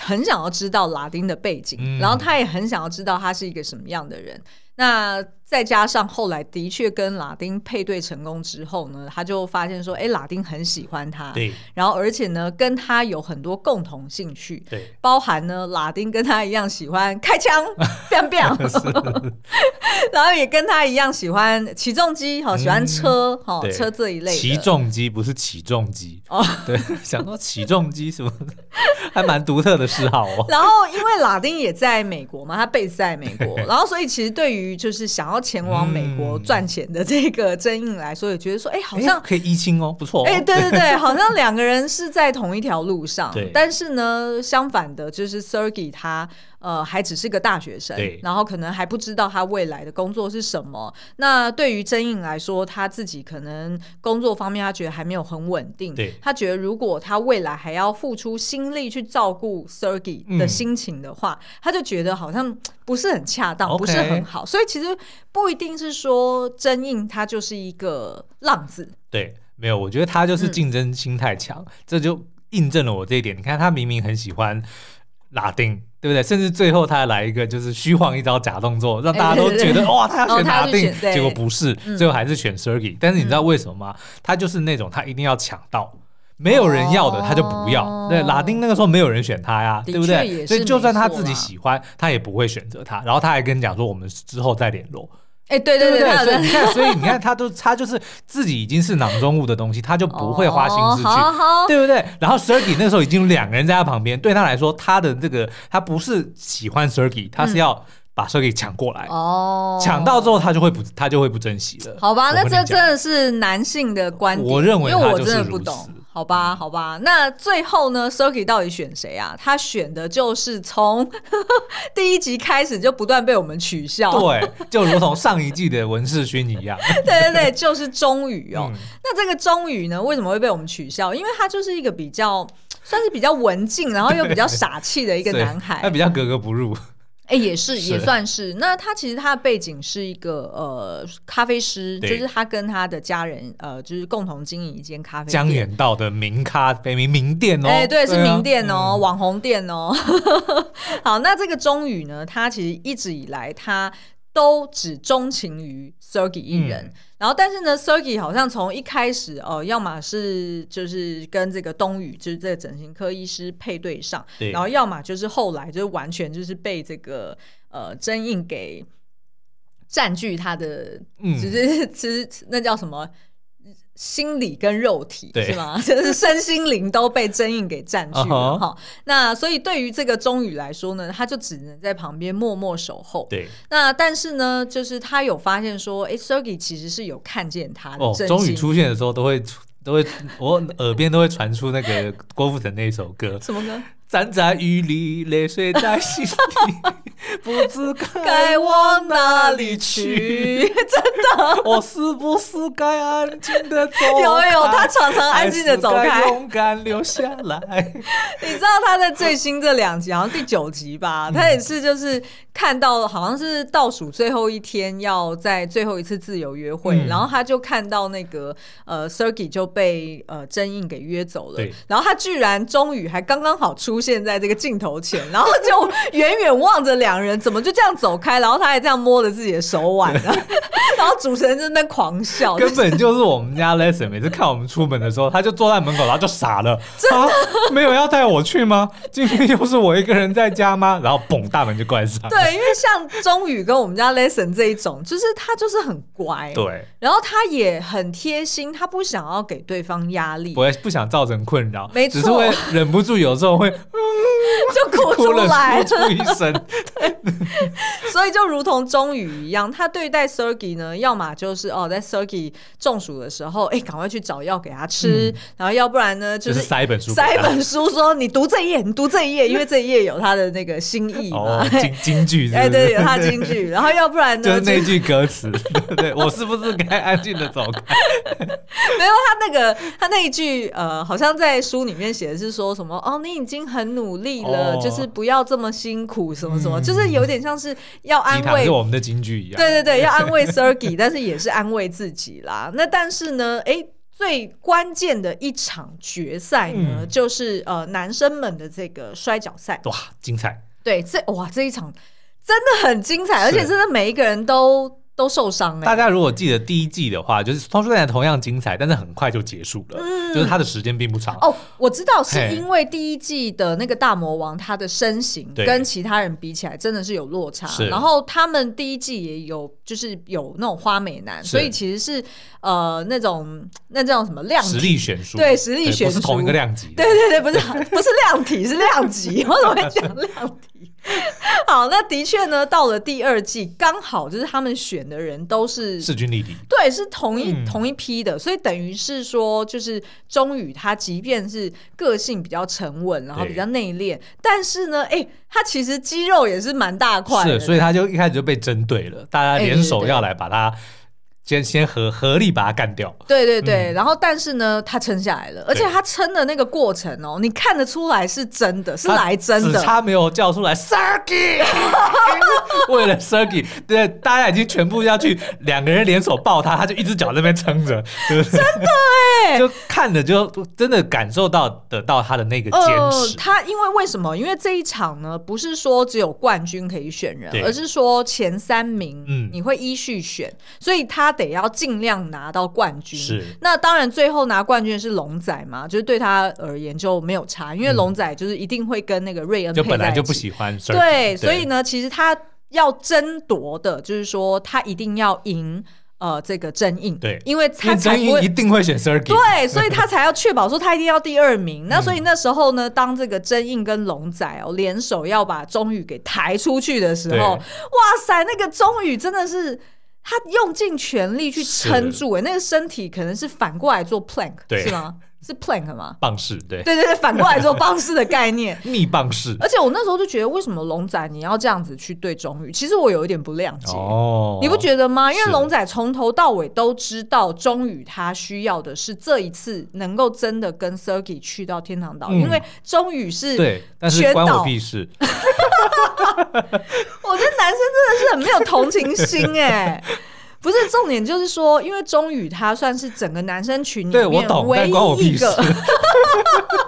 Speaker 1: 很想要知道拉丁的背景，
Speaker 2: 嗯
Speaker 1: 然后他也很想要知道他是一个什么样的人。那再加上后来的确跟拉丁配对成功之后呢，他就发现说，哎，拉丁很喜欢他，
Speaker 2: 对
Speaker 1: 然后而且呢，跟他有很多共同兴趣，
Speaker 2: 对
Speaker 1: 包含呢，拉丁跟他一样喜欢开枪 ，biang biang，然后也跟他一样喜欢起重机，好、
Speaker 2: 嗯
Speaker 1: 喜欢车，好、
Speaker 2: 对
Speaker 1: 车这一类的。
Speaker 2: 起重机不是起重机
Speaker 1: 哦，
Speaker 2: 对，想说起重机什么，还蛮独特的嗜好哦。
Speaker 1: 然后，因为拉丁也在美国嘛，他 base 在美国， 然后所以其实对于就是想要前往美国
Speaker 2: 嗯
Speaker 1: 赚钱的这个争议来说，也觉得说，哎，好
Speaker 2: 哎
Speaker 1: 像
Speaker 2: 可以一清哦，不错、哦。
Speaker 1: 哎、对对 对，好像两个人是在同一条路上
Speaker 2: 对。
Speaker 1: 但是呢，相反的，就是 Sergey 他呃还只是个大学生
Speaker 2: 对，
Speaker 1: 然后可能还不知道他未来的工作是什么。那对于真颖来说，他自己可能工作方面他觉得还没有很稳定
Speaker 2: 对，
Speaker 1: 他觉得如果他未来还要付出心力去照顾 Sergey 的
Speaker 2: 嗯
Speaker 1: 心情的话，他就觉得好像不是很恰当，不是
Speaker 2: OK
Speaker 1: 很好。所以其实不一定是说真颖他就是一个浪子。
Speaker 2: 对，没有，我觉得他就是
Speaker 1: 嗯
Speaker 2: 竞争心太强，这就印证了我这一点。你看，他明明很喜欢拉丁，对不对？甚至最后他还来一个就是虚晃一招假动作，让大家都
Speaker 1: 哎对对
Speaker 2: 觉得哇，他要
Speaker 1: 哦
Speaker 2: 选
Speaker 1: 他要
Speaker 2: 拉
Speaker 1: 去
Speaker 2: 丁，
Speaker 1: 选对
Speaker 2: 结果不是，
Speaker 1: 嗯
Speaker 2: 最后还是选 Sergey。但是你知道为什么吗？他就是那种他一定要抢到。没有人要的，他就不要。
Speaker 1: 哦
Speaker 2: 对，拉丁那个时候没有人选他呀，
Speaker 1: 的
Speaker 2: 对不
Speaker 1: 确也
Speaker 2: 对？
Speaker 1: 是
Speaker 2: 所以就算
Speaker 1: 没
Speaker 2: 他
Speaker 1: 错
Speaker 2: 自己
Speaker 1: 啦
Speaker 2: 喜欢，他也不会选择他。然后他还跟你讲说，我们之后再联络。
Speaker 1: 哎、对
Speaker 2: 对
Speaker 1: 对他
Speaker 2: 对？
Speaker 1: 有在
Speaker 2: 所以你看，所以你看，他都他就是自己已经是囊中物的东西，他就不会花心思去。
Speaker 1: 哦好好
Speaker 2: 对不对？然后 Sergey 那时候已经有两个人在他旁边，对他来说，他的这个他不是喜欢 Sergey，他
Speaker 1: 嗯
Speaker 2: 是要把 Sergey 抢过来，
Speaker 1: 哦，
Speaker 2: 抢到之后他就会不他就会不珍惜了。
Speaker 1: 好吧，
Speaker 2: 我
Speaker 1: 那
Speaker 2: 跟
Speaker 1: 这
Speaker 2: 你
Speaker 1: 真
Speaker 2: 讲
Speaker 1: 的是男性的观点，
Speaker 2: 我认为
Speaker 1: 因为
Speaker 2: 他
Speaker 1: 我
Speaker 2: 就
Speaker 1: 真的
Speaker 2: 是
Speaker 1: 不
Speaker 2: 如
Speaker 1: 懂
Speaker 2: 此。
Speaker 1: 好吧，好吧，那最后呢 s o k i 到底选谁啊？他选的就是从 第一集开始就不断被我们取笑，
Speaker 2: 对，就如同上一季的文世勋一样。
Speaker 1: 对对对，就是钟宇哦。
Speaker 2: 嗯
Speaker 1: 那这个钟宇呢，为什么会被我们取笑？因为他就是一个比较算是比较文静，然后又比较傻气的一个
Speaker 2: 对
Speaker 1: 男孩
Speaker 2: 他。比较格格不入。
Speaker 1: 哎、也是，
Speaker 2: 是
Speaker 1: 也算是。那他其实他的背景是一个呃咖啡师，就
Speaker 2: 对
Speaker 1: 是他跟他的家人呃，就是共同经营一间咖啡
Speaker 2: 江
Speaker 1: 店。
Speaker 2: 原道的名咖啡名名店哦，
Speaker 1: 哎、对，是
Speaker 2: 啊
Speaker 1: 名店哦，
Speaker 2: 嗯
Speaker 1: 网红店哦。 好，那这个钟宇呢，他其实一直以来他都只钟情于 Sergey 一人。
Speaker 2: 嗯
Speaker 1: 然后，但是呢，Sergey 好像从一开始哦、呃要么是就是跟这个东宇，就是这个整形科医师配对上，
Speaker 2: 对
Speaker 1: 然后要么就是后来就是完全就是被这个呃真印给占据他的，
Speaker 2: 嗯
Speaker 1: 只是 其实那叫什么？心理跟肉体
Speaker 2: 对
Speaker 1: 是吗？ 就是身心灵都被真印给占据了
Speaker 2: 啊哈
Speaker 1: 哈。那所以对于这个钟宇来说呢，他就只能在旁边默默守候。
Speaker 2: 对
Speaker 1: 那但是呢，就是他有发现说，哎、s e r g e y 其实是有看见他的
Speaker 2: 哦，
Speaker 1: 真心。
Speaker 2: 终于出现的时候都会出都会，我耳边都会传出那个郭富城那一首歌
Speaker 1: 什么歌？
Speaker 2: 站在雨里，泪水在心底，不知 该
Speaker 1: 该往哪里
Speaker 2: 去
Speaker 1: 去？真的
Speaker 2: 我是不是该安静的走开？
Speaker 1: 有有，他常常安静的走
Speaker 2: 还是
Speaker 1: 开
Speaker 2: 该。勇敢留下来。
Speaker 1: 你知道他在最新这两集，好像第九集
Speaker 2: 嗯
Speaker 1: 吧，他也是就是看到好像是倒数最后一天要在最后一次自由约会，
Speaker 2: 嗯
Speaker 1: 然后他就看到那个呃 s e r g i 就被呃真印给约走了
Speaker 2: 对，
Speaker 1: 然后他居然终于还刚刚好出现在这个镜头前， 然后就远远望着两人怎么就这样走开，然后他还这样摸着自己的手 腕，然后然后主持人真的狂笑，
Speaker 2: 根本就是我们家 Lesson 每次看我们出门的时候，他就坐在门口，然后就傻了，啊，没有要带我去吗？今天又是我一个人在家吗？然后嘣，大门就关上。
Speaker 1: 对，因为像钟宇跟我们家 Lesson 这一种，就是他就是很乖，
Speaker 2: 对，
Speaker 1: 然后他也很贴心，他不想要给对方压力
Speaker 2: 不，会不想造成困扰，
Speaker 1: 没错
Speaker 2: 只是会忍不住，有时候 会
Speaker 1: 就 哭
Speaker 2: 哭
Speaker 1: 出
Speaker 2: 了
Speaker 1: 来
Speaker 2: 哭，出一声。
Speaker 1: 所以就如同钟宇一样，他对待 Sergey 呢，要么就是哦，在 Sergey 中暑的时候，哎，赶快去找药给他吃，然后要不然呢，
Speaker 2: 嗯就是
Speaker 1: 是
Speaker 2: 塞一本书给他
Speaker 1: 塞一本书说你读这一页，你读这一页，因为这一页有他的那个心意嘛
Speaker 2: 哦，，京京剧是不是，
Speaker 1: 哎，对，有他金句，然后要不然
Speaker 2: 就是
Speaker 1: 呢，
Speaker 2: 那句歌词， 对不对？我是不是该安静的走开？
Speaker 1: 没有他那个他那一句呃，好像在书里面写的是说什么哦，你已经很努力了，
Speaker 2: 哦
Speaker 1: 就是不要这么辛苦，什么什么，
Speaker 2: 嗯
Speaker 1: 就是有点像是要安
Speaker 2: 鸡汤
Speaker 1: 慰
Speaker 2: 跟。我们的京剧一样，
Speaker 1: 对对对，要安慰 Sergey，但 是也是安慰自己啦。那但是呢，诶，最关键的一场决赛呢，
Speaker 2: 嗯
Speaker 1: 就是呃男生们的这个摔跤赛。
Speaker 2: 哇，精彩！
Speaker 1: 对，这哇这一场真的很精彩，而且
Speaker 2: 是
Speaker 1: 真的每一个人都都受伤了、欸
Speaker 2: 大家如果记得第一季的话，就是《通书电台》同样精彩，但是很快就结束了，就是它的时间并不长。
Speaker 1: 嗯哦，我知道是
Speaker 2: 嘿
Speaker 1: 因为第一季的那个大魔王，他的身形
Speaker 2: 对
Speaker 1: 跟其他人比起来真的是有落差。
Speaker 2: 是
Speaker 1: 然后他们第一季也有就是有那种花美男，
Speaker 2: 是
Speaker 1: 所以其实是呃那种那叫什么量
Speaker 2: 实
Speaker 1: 体？
Speaker 2: 力悬殊，
Speaker 1: 对实力
Speaker 2: 对
Speaker 1: 悬
Speaker 2: 不
Speaker 1: 殊
Speaker 2: 是同一个量级的。
Speaker 1: 对对对，不是不是量体，是量级。我怎么会讲量 体？好，那的确呢，到了第二季，刚好就是他们选的人都是
Speaker 2: 势均力敌。
Speaker 1: 对，是同一、
Speaker 2: 嗯
Speaker 1: 同一批的，所以等于是说，就是钟宇他即便是个性比较沉稳，然后
Speaker 2: 对
Speaker 1: 比较内敛，但是呢，哎、他其实肌肉也是蛮大块的，
Speaker 2: 嗯是，所以他就一开始就被针对了，大家
Speaker 1: 哎
Speaker 2: 联手
Speaker 1: 对对
Speaker 2: 要来把他先先合合力把他干掉。
Speaker 1: 对对对，然后但是呢，他撑下来了，而且
Speaker 2: 嗯对
Speaker 1: 他撑的那个过程哦，你看得出来是真的，是
Speaker 2: 他
Speaker 1: 来真
Speaker 2: 只
Speaker 1: 的。
Speaker 2: 差没有叫出 来 Sergey。为了 Sergey，对，大家已经全部要去，两个人联手抱他，他就一只脚在那边撑着，真的
Speaker 1: 哎
Speaker 2: 哎，就看着就真的感受到得到他的那个坚持。
Speaker 1: 哦他因为为什么？因为这一场呢，不是说只有冠军可以选人
Speaker 2: 对，
Speaker 1: 而是说前三名，
Speaker 2: 嗯
Speaker 1: 你会依序选，所以他得要尽量拿到冠军。
Speaker 2: 是
Speaker 1: 那当然，最后拿冠军的是龙仔嘛，就是对他而言就没有差，因为龙仔就是一定会跟那个瑞恩
Speaker 2: 嗯就
Speaker 1: 配在一
Speaker 2: 本来就
Speaker 1: 起
Speaker 2: 不喜欢 Sergey，
Speaker 1: 对，所以呢，其实他要争夺的就是说，他一定要赢呃这个真印，
Speaker 2: 对
Speaker 1: 因为
Speaker 2: 因
Speaker 1: 他
Speaker 2: 为
Speaker 1: 才
Speaker 2: 曾
Speaker 1: 不
Speaker 2: 英
Speaker 1: 会
Speaker 2: 一定会选 Sergey。
Speaker 1: 对，所以他才要确保说他一定要第二名。
Speaker 2: 嗯
Speaker 1: 那所以那时候呢，当这个真印跟龙仔哦联手要把钟宇给抬出去的时候，
Speaker 2: 对
Speaker 1: 哇塞，那个钟宇真的是。他用尽全力去撑住、哎，那个身体可能是反过来做 plank，
Speaker 2: 对
Speaker 1: 是吗？是 plank 吗？
Speaker 2: 棒式，对，
Speaker 1: 对对对，反过来做棒式的概念。
Speaker 2: 逆棒式。
Speaker 1: 而且我那时候就觉得，为什么龙仔你要这样子去对钟宇？其实我有一点不谅解。
Speaker 2: 哦，
Speaker 1: 你不觉得吗？因为
Speaker 2: 是
Speaker 1: 龙仔从头到尾都知道，钟宇他需要的是这一次能够真的跟 Sergey 去到天堂岛，
Speaker 2: 嗯
Speaker 1: 因为钟宇是，
Speaker 2: 对？但是
Speaker 1: 缺
Speaker 2: 关我
Speaker 1: 导
Speaker 2: 屁事。
Speaker 1: 我觉得男生真的是很没有同情心 哎、不是重点，就是说，因为钟宇他算是整个男生群里
Speaker 2: 对我
Speaker 1: 面
Speaker 2: 懂，
Speaker 1: 唯
Speaker 2: 但关我
Speaker 1: 一
Speaker 2: 屁
Speaker 1: 一
Speaker 2: 事。
Speaker 1: 个 还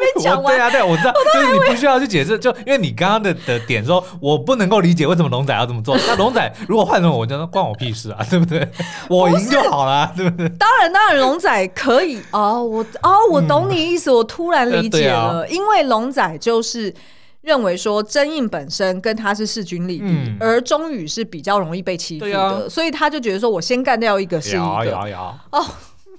Speaker 1: 没
Speaker 2: 我
Speaker 1: 讲
Speaker 2: 对
Speaker 1: 完，
Speaker 2: 啊，对啊，我知道，就是你不需要去解释，就因为你刚刚的的点说，我不能够理解为什么龙仔要这么做。那龙仔如果换成我，我就说关我屁事啊，对不对？我赢就好啦，对不对？
Speaker 1: 当然，当然，龙仔可以哦，我哦，我懂你意思，我突然理解了，
Speaker 2: 呃
Speaker 1: 因为龙仔就是。认为说真印本身跟他是势均力敌，
Speaker 2: 嗯
Speaker 1: 而钟宇是比较容易被欺负
Speaker 2: 对
Speaker 1: 的，
Speaker 2: 啊
Speaker 1: 所以他就觉得说我先干掉一个是一
Speaker 2: 摇
Speaker 1: 个
Speaker 2: 摇摇，
Speaker 1: 哦，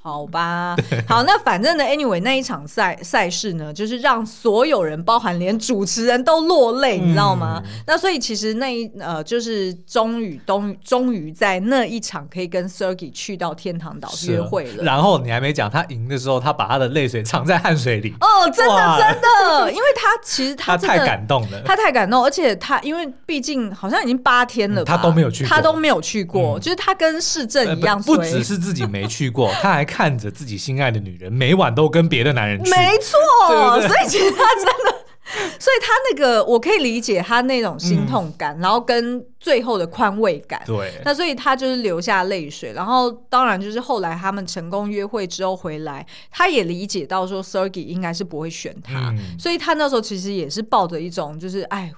Speaker 1: 好吧， 好，那反正呢，anyway 那一场赛赛事呢，就是让所有人，包含连主持人都落泪，你知道吗？那所以其实那一呃，就是终于终终于在那一场可以跟 Sergey 去到天堂岛
Speaker 2: 是
Speaker 1: 约会了。
Speaker 2: 然后你还没讲，他赢的时候，他把他的泪水藏在汗水里，
Speaker 1: 哦，真的
Speaker 2: 哇
Speaker 1: 真的，因为他其实
Speaker 2: 他
Speaker 1: 他真
Speaker 2: 太
Speaker 1: 的
Speaker 2: 感动了。
Speaker 1: 他太感动，而且他因为毕竟好像已经八天了吧、
Speaker 2: 嗯他都没有去过
Speaker 1: 他都没有去过，
Speaker 2: 嗯
Speaker 1: 就是他跟市政一样
Speaker 2: 呃不
Speaker 1: 衰，
Speaker 2: 不只是自己没去过，他还看着自己心爱的女人每晚都跟别的男人去，
Speaker 1: 没错，
Speaker 2: 对不对
Speaker 1: 所以其实他真的， 所以他那个我可以理解他那种心痛感，然后跟最后的宽慰感。
Speaker 2: 嗯对，
Speaker 1: 那所以他就是流下泪水，然后当然就是后来他们成功约会之后回来，他也理解到说 Sergey 应该是不会选他，
Speaker 2: 嗯
Speaker 1: 所以他那时候其实也是抱着一种就是哎，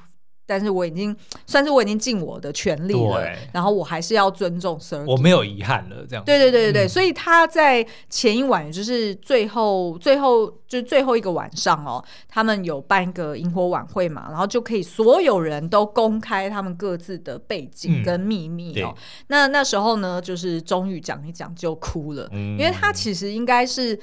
Speaker 1: 但是我已经算是我已经尽我的全力了
Speaker 2: 对，
Speaker 1: 然后我还是要尊重 Sergey。
Speaker 2: 我没有遗憾了，这样。嗯
Speaker 1: 对对对对对，所以他在前一晚，就是最后最后就最后一个晚上哦，他们有办一个萤火晚会嘛，然后就可以所有人都公开他们各自的背景
Speaker 2: 嗯
Speaker 1: 跟秘密哦。那那时候呢，就是终于讲一讲就哭了，
Speaker 2: 嗯
Speaker 1: 因为他其实应该是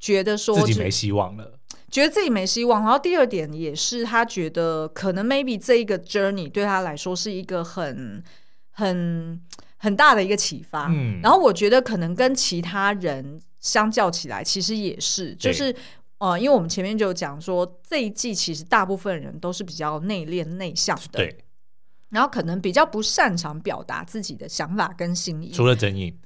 Speaker 1: 觉得说
Speaker 2: 自己
Speaker 1: 就
Speaker 2: 没希望了，
Speaker 1: 觉得自己没希望。然后第二点也是，他觉得可能 maybe 这一个 journey 对他来说是一个很很很大的一个启发。
Speaker 2: 嗯
Speaker 1: 然后我觉得可能跟其他人相较起来，其实也是，就
Speaker 2: 对
Speaker 1: 是。呃，因为我们前面就有讲说，这一季其实大部分人都是比较内敛内向的，
Speaker 2: 对，
Speaker 1: 然后可能比较不擅长表达自己的想法跟心意，
Speaker 2: 除了真颖，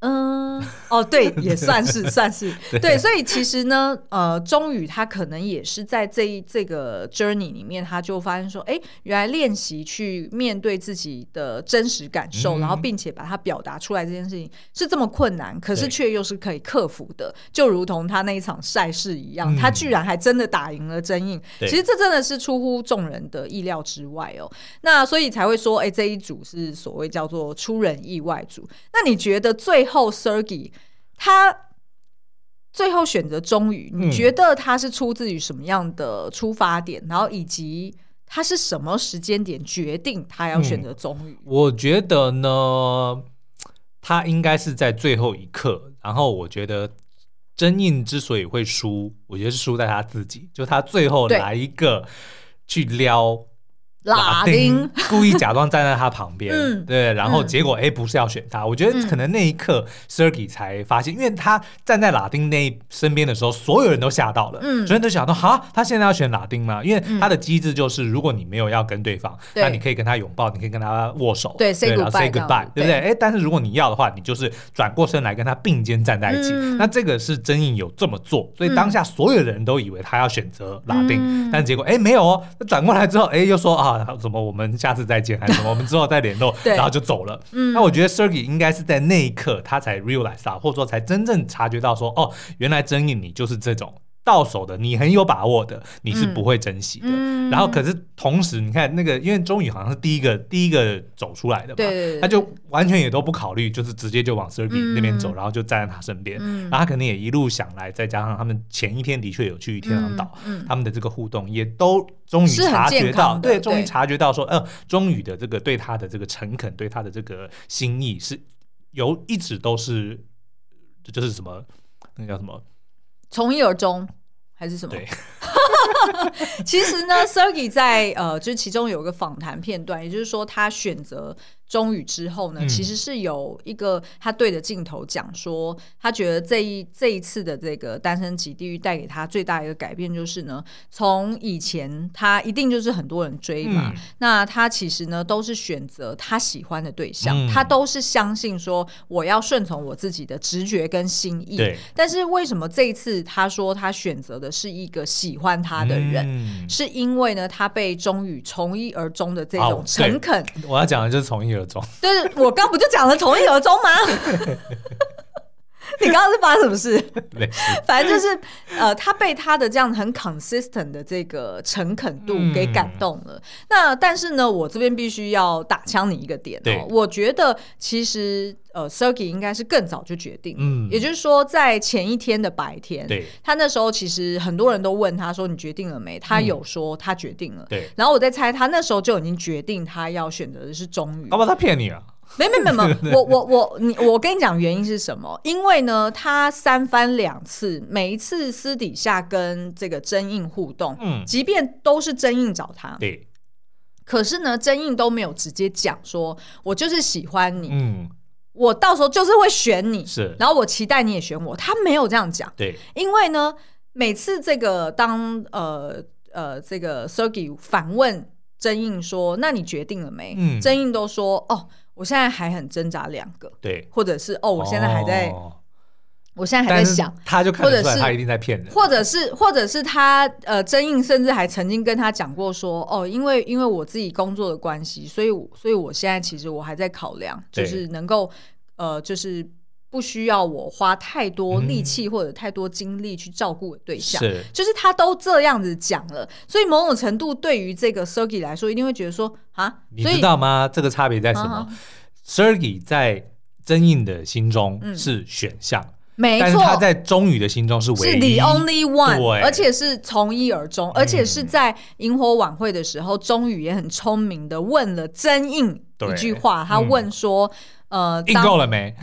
Speaker 1: 嗯， 哦，对，也算是算 是对，所以其实呢，呃，终于他可能也是在这一这个 journey 里面，他就发现说，哎，原来练习去面对自己的真实感受，
Speaker 2: 嗯
Speaker 1: 然后并且把它表达出来这件事情是这么困难，可是
Speaker 2: 对
Speaker 1: 却又是可以克服的，就如同他那一场赛事一样，
Speaker 2: 嗯
Speaker 1: 他居然还真的打赢了真印，其
Speaker 2: 对
Speaker 1: 实这真的是出乎众人的意料之外哦。那所以才会说，哎、这一组是所谓叫做出人意外组。那你觉得最后 Sergey 他最后选择终于，
Speaker 2: 嗯
Speaker 1: 你觉得他是出自于什么样的出发点？然后以及他是什么时间点决定他要选择终于？
Speaker 2: 我觉得呢，他应该是在最后一刻。然后我觉得真印之所以会输，我觉得是输在他自己，就他最后
Speaker 1: 对
Speaker 2: 来一个去撩
Speaker 1: 拉
Speaker 2: 丁
Speaker 1: 丁，，
Speaker 2: 故意假装站在他旁边，
Speaker 1: 嗯
Speaker 2: 对，然后
Speaker 1: 嗯
Speaker 2: 结果哎、诶不是要选他，我觉得可能那一刻 Sergey 才发现，因为他站在拉丁那一身边的时候，所有人都吓到了，
Speaker 1: 嗯
Speaker 2: 所有人都想到哈，他现在要选拉丁吗？因为他的机制就是，如果你没有要跟对方，
Speaker 1: 对
Speaker 2: 那你可以跟他拥抱，你可以跟他握手，
Speaker 1: 对，say
Speaker 2: 然后
Speaker 1: goodbye
Speaker 2: say
Speaker 1: 这样
Speaker 2: goodbye，
Speaker 1: 子
Speaker 2: 对不对？哎，但是如果你要的话，你就是转过身来跟他并肩站在一起，
Speaker 1: 嗯
Speaker 2: 那这个是真印有这么做，所以当下所有人都以为他要选择拉丁，
Speaker 1: 嗯
Speaker 2: 但结果哎、没有哦，那转过来之后哎、又说啊什么我们下次再见还是什么我们之后再联络，
Speaker 1: 对
Speaker 2: 然后就走了。
Speaker 1: 嗯
Speaker 2: 那我觉得 Sergey 应该是在那一刻他才 realize 到，或者说才真正察觉到说哦，原来真印你就是这种。到手的你很有把握的，你是不会珍惜的。
Speaker 1: 嗯
Speaker 2: 然后可是同时，你看那个，因为钟宇好像是第一个第一个走出来的嘛，
Speaker 1: 对对嗯对
Speaker 2: 他就完全也都不考虑，就是直接就往 Sergey
Speaker 1: 嗯
Speaker 2: 那边走，然后就站在他身边。
Speaker 1: 嗯
Speaker 2: 然后他可能也一路想来，再加上他们前一天的确有去天堂岛，
Speaker 1: 嗯嗯
Speaker 2: 他们的这个互动也都终于
Speaker 1: 是很
Speaker 2: 察觉
Speaker 1: 健
Speaker 2: 到，
Speaker 1: 康的
Speaker 2: 对，终于
Speaker 1: 对
Speaker 2: 察觉到说，呃，钟宇的这个对他的这个诚恳，对他的这个心意是有一直都是，这就是什么那个叫什么？
Speaker 1: 从一而终还是什么？
Speaker 2: 对
Speaker 1: 其实呢，Sergey 在呃，就是其中有一个访谈片段，也就是说他选择中宇之后呢，
Speaker 2: 嗯
Speaker 1: 其实是有一个他对着镜头讲说，他觉得这一这一次的这个单身级地狱带给他最大一个改变就是呢，从以前他一定就是很多人追嘛，
Speaker 2: 嗯
Speaker 1: 那他其实呢都是选择他喜欢的对象，
Speaker 2: 嗯
Speaker 1: 他都是相信说我要顺从我自己的直觉跟心意，
Speaker 2: 对，
Speaker 1: 但是为什么这一次他说他选择的是一个喜欢他的人？
Speaker 2: 嗯
Speaker 1: 是因为呢，他被钟宇从一而终的这
Speaker 2: 哦
Speaker 1: 种诚恳，
Speaker 2: 我要讲的就是从一而终。
Speaker 1: 就是我刚不就讲了从一而终吗？ 你刚刚是发生什么事？
Speaker 2: 类似
Speaker 1: 反正就是呃，他被他的这样很 consistent 的这个诚恳度
Speaker 2: 嗯
Speaker 1: 给感动了。那但是呢，我这边必须要打枪你一个点
Speaker 2: 对
Speaker 1: 哦，我觉得其实呃，Sergey 应该是更早就决定，
Speaker 2: 嗯
Speaker 1: 也就是说在前一天的白天，
Speaker 2: 对
Speaker 1: 他那时候其实很多人都问他说你决定了没？
Speaker 2: 嗯
Speaker 1: 他有说他决定了，
Speaker 2: 对，
Speaker 1: 然后我在猜他那时候就已经决定他要选择的是终于。
Speaker 2: 要不然他骗你啊？
Speaker 1: 没没没没，我我我你我跟你讲原因是什么？因为呢，他三番两次，每一次私底下跟这个真印互动，
Speaker 2: 嗯，
Speaker 1: 即便都是真印找他，
Speaker 2: 对，
Speaker 1: 可是呢，真印都没有直接讲说，我就是喜欢你，
Speaker 2: 嗯，
Speaker 1: 我到时候就是会选你，
Speaker 2: 是
Speaker 1: 然后我期待你也选我，他没有这样讲，
Speaker 2: 对，
Speaker 1: 因为呢，每次这个当呃呃这个 Sergey 反问真印说，那你决定了没？
Speaker 2: 嗯
Speaker 1: 真印都说哦，我现在还很挣扎两个，
Speaker 2: 对，
Speaker 1: 或者是哦，我现在还在，
Speaker 2: 哦
Speaker 1: 我现在还
Speaker 2: 但
Speaker 1: 在
Speaker 2: 是
Speaker 1: 想。
Speaker 2: 他就看
Speaker 1: 或
Speaker 2: 得
Speaker 1: 者
Speaker 2: 出来
Speaker 1: 是
Speaker 2: 他一定在骗人，
Speaker 1: 或者是，或者是他呃，真印甚至还曾经跟他讲过说，哦，因为因为我自己工作的关系，所以我所以我现在其实我还在考量，
Speaker 2: 对
Speaker 1: 就是能够呃，就是不需要我花太多力
Speaker 2: 嗯
Speaker 1: 气或者太多精力去照顾我对象。
Speaker 2: 是
Speaker 1: 就是他都这样子讲了，所以某种程度对于这个 Sergey 来说，一定会觉得说啊，
Speaker 2: 你
Speaker 1: 所以
Speaker 2: 知道吗？这个差别在什么
Speaker 1: 啊
Speaker 2: ？Sergey 在真印的心中
Speaker 1: 嗯
Speaker 2: 是选项，
Speaker 1: 没
Speaker 2: 但是
Speaker 1: 错，
Speaker 2: 他在钟宇的心中是唯
Speaker 1: 是
Speaker 2: 一
Speaker 1: the only one，
Speaker 2: 对嗯
Speaker 1: 而且是从一而终，而且是在萤火晚会的时候，钟宇也很聪明的问了真印
Speaker 2: 对嗯
Speaker 1: 一句话，他问说，呃，
Speaker 2: 印
Speaker 1: 当
Speaker 2: 够了没？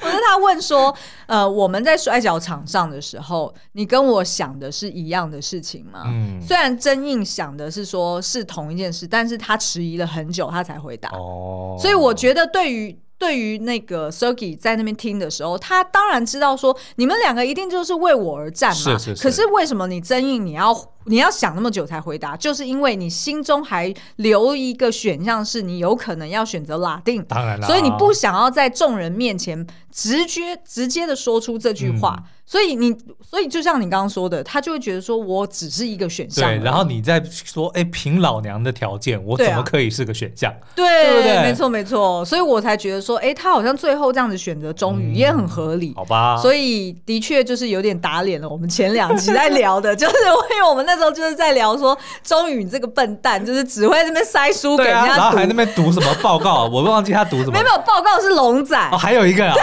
Speaker 1: 不是他问说，呃，我们在摔跤场上的时候，你跟我想的是一样的事情吗？
Speaker 2: 嗯，
Speaker 1: 虽然真印想的是说是同一件事，但是他迟疑了很久，他才回答。
Speaker 2: 哦，
Speaker 1: 所以我觉得对于对于那个 Sergey 在那边听的时候，他当然知道说你们两个一定就是为我而战嘛。
Speaker 2: 是是是
Speaker 1: 可是为什么你争议你要你要想那么久才回答？就是因为你心中还留一个选项，是你有可能要选择拉丁。
Speaker 2: 当然啦，
Speaker 1: 所以你不想要在众人面前直觉直接的说出这句话，
Speaker 2: 嗯
Speaker 1: 所以你所以就像你刚刚说的，他就会觉得说我只是一个选项而
Speaker 2: 对，
Speaker 1: 已，
Speaker 2: 然后你再说，哎，凭老娘的条件，我
Speaker 1: 啊对啊
Speaker 2: 怎么可以是个选项？
Speaker 1: 对，
Speaker 2: 对不对
Speaker 1: 没错没错，所以我才觉得说，哎，他好像最后这样子选择终于
Speaker 2: 嗯
Speaker 1: 也很合理。
Speaker 2: 好吧，
Speaker 1: 所以的确就是有点打脸了。我们前两集在聊 的，就是因为我们那时候就是在聊说，钟宇这个笨蛋，就是只会在那边塞书给
Speaker 2: 对
Speaker 1: 人
Speaker 2: 啊，
Speaker 1: 家
Speaker 2: 然后
Speaker 1: 读，
Speaker 2: 还在那边读什么 报告，我忘记他读什么
Speaker 1: 没有没。有报告是龙仔。
Speaker 2: 哦，还有一个啊，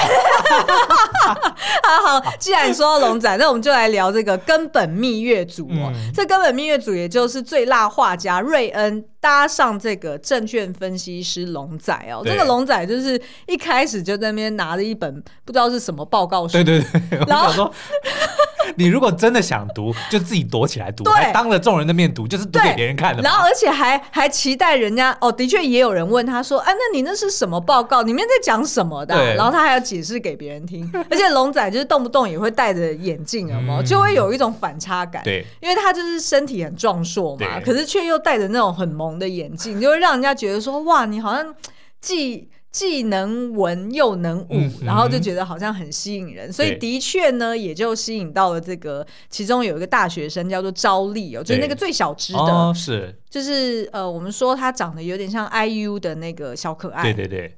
Speaker 1: 好好，既然说到龙仔，那我们就来聊这个根本蜜月组哦。
Speaker 2: 嗯
Speaker 1: 这根本蜜月组也就是最辣画家瑞恩搭上这个证券分析师龙仔哦。
Speaker 2: 对
Speaker 1: 这个龙仔就是一开始就在那边拿着一本不知道是什么报告书
Speaker 2: 对，对 对，我
Speaker 1: 然后
Speaker 2: 想说，你如果真的想读，就自己躲起来读，
Speaker 1: 对
Speaker 2: 还当着众人的面读，就是读给别人看的嘛。
Speaker 1: 然后而且还还期待人家哦，的确也有人问他说：“哎、那你那是什么报告？里面在讲什么的啊、
Speaker 2: 对
Speaker 1: 然后他还要解释给别人 听，而且龙仔就是动不动也会戴着眼镜，有没有？
Speaker 2: 嗯
Speaker 1: 就会有一种反差感。
Speaker 2: 对，
Speaker 1: 因为他就是身体很壮硕嘛，
Speaker 2: 对
Speaker 1: 可是却又戴着那种很萌的眼镜，就会让人家觉得说：哇，你好像既既能文又能武，
Speaker 2: 嗯
Speaker 1: 然后就觉得好像很吸引人，所以
Speaker 2: 对
Speaker 1: 的确呢，也就吸引到了这个其中有一个大学生叫做昭丽哦，就是那个最小只的，
Speaker 2: 哦，是，
Speaker 1: 就是呃，我们说他长得有点像 IU 的那个小可爱，
Speaker 2: 对对对，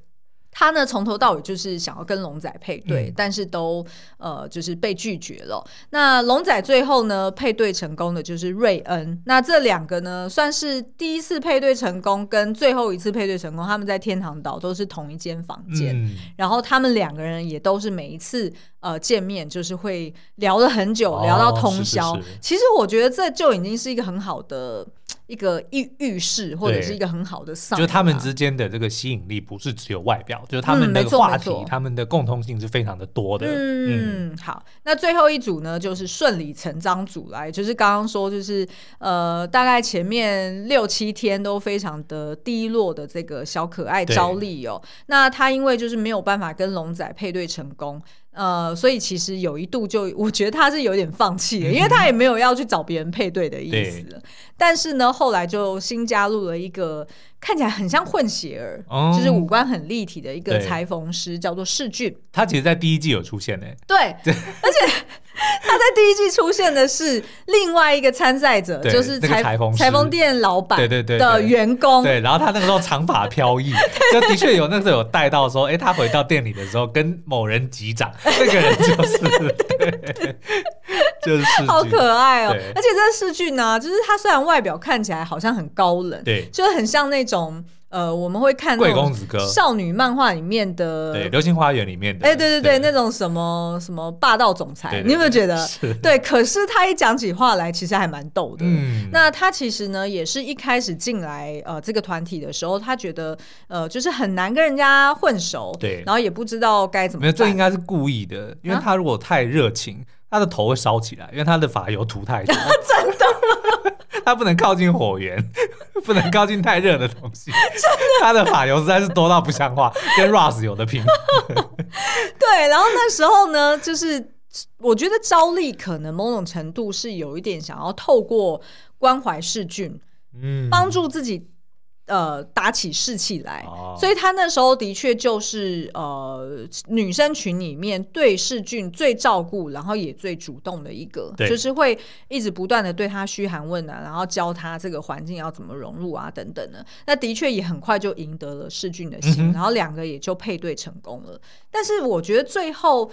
Speaker 1: 他呢从头到尾就是想要跟龙仔配对，
Speaker 2: 嗯
Speaker 1: 但是都呃就是被拒绝了。那龙仔最后呢配对成功的就是瑞恩。那这两个呢算是第一次配对成功跟最后一次配对成功，他们在天堂岛都是同一间房间。
Speaker 2: 嗯，
Speaker 1: 然后他们两个人也都是每一次呃见面，就是会聊了很久，
Speaker 2: 哦
Speaker 1: 聊到通宵。
Speaker 2: 是是是
Speaker 1: 其实我觉得这就已经是一个很好的一个预预示，或者是一个很好的上。
Speaker 2: 就是他们之间的这个吸引力不是只有外表，就是他
Speaker 1: 嗯
Speaker 2: 们
Speaker 1: 没
Speaker 2: 的
Speaker 1: 错
Speaker 2: 话
Speaker 1: 没
Speaker 2: 题
Speaker 1: 错，
Speaker 2: 他们的共通性是非常的多的。嗯，
Speaker 1: 嗯，好，那最后一组呢，就是顺理成章组来，就是刚刚说，就是呃，大概前面六七天都非常的低落的这个小可爱
Speaker 2: 对
Speaker 1: 招丽哦，那他因为就是没有办法跟龙仔配对成功。呃，所以其实有一度就，我觉得他是有点放 弃了，因为他也没有要去找别人配对的意思了。但是呢，后来就新加入了一个看起来很像混血儿，
Speaker 2: 哦
Speaker 1: 就是五官很立体的一个
Speaker 2: 对
Speaker 1: 裁缝师，叫做世俊。
Speaker 2: 他其实，在第一季有出现呢、
Speaker 1: 对，而且他在第一季出现的是另外一个参赛者，
Speaker 2: 对
Speaker 1: 就是
Speaker 2: 那个
Speaker 1: 裁
Speaker 2: 裁缝师
Speaker 1: 裁缝店老板
Speaker 2: 对对对
Speaker 1: 的
Speaker 2: 对
Speaker 1: 员工。
Speaker 2: 对，然后他那个时候长发 飘逸，就的确有那时候有带到说，哎、他回到店里的时候跟某人击掌，这个人就是， 对，就是世
Speaker 1: 好
Speaker 2: 俊
Speaker 1: 可爱哦、
Speaker 2: 对
Speaker 1: 而且这世俊呢，就是他虽然外表看起来好像很高冷，
Speaker 2: 对
Speaker 1: 就是很像那种呃，我们会看那
Speaker 2: 贵公
Speaker 1: 种
Speaker 2: 子哥，
Speaker 1: 少女漫画里面的，
Speaker 2: 对，《流星花园》里面的，
Speaker 1: 呃哎，对对对，那种什么什么霸道总裁，
Speaker 2: 对对
Speaker 1: 你有没有觉得？
Speaker 2: 是，
Speaker 1: 对，可是他一讲起话来，其实还蛮逗的。
Speaker 2: 嗯，
Speaker 1: 那他其实呢，也是一开始进来呃这个团体的时候，他觉得呃就是很难跟人家混熟，
Speaker 2: 对
Speaker 1: 然后也不知道该怎
Speaker 2: 没有，
Speaker 1: 么
Speaker 2: 这应
Speaker 1: 办。
Speaker 2: 该是故意的，因为
Speaker 1: 啊
Speaker 2: 他如果太热情，他的头会烧起来，因为他的发油 涂太多。真的 吗？他不能靠近火源， 不能靠近太热的东西。他的发油实在是多到不 像话，跟 Russ 有的拼。
Speaker 1: 对，然后那时候呢，就是我觉得招力可能某种程度是有一点想要透过关怀世俊
Speaker 2: 嗯，
Speaker 1: 帮助自己。呃，打起士气来，
Speaker 2: 哦
Speaker 1: 所以他那时候的确就是呃，女生群里面对世俊最照顾，然后也最主动的一个，
Speaker 2: 对
Speaker 1: 就是会一直不断的对他嘘寒问暖，然后教他这个环境要怎么融入啊，等等的。那的确也很快就赢得了世俊的心，
Speaker 2: 嗯哼
Speaker 1: 然后两个也就配对成功了。但是我觉得最后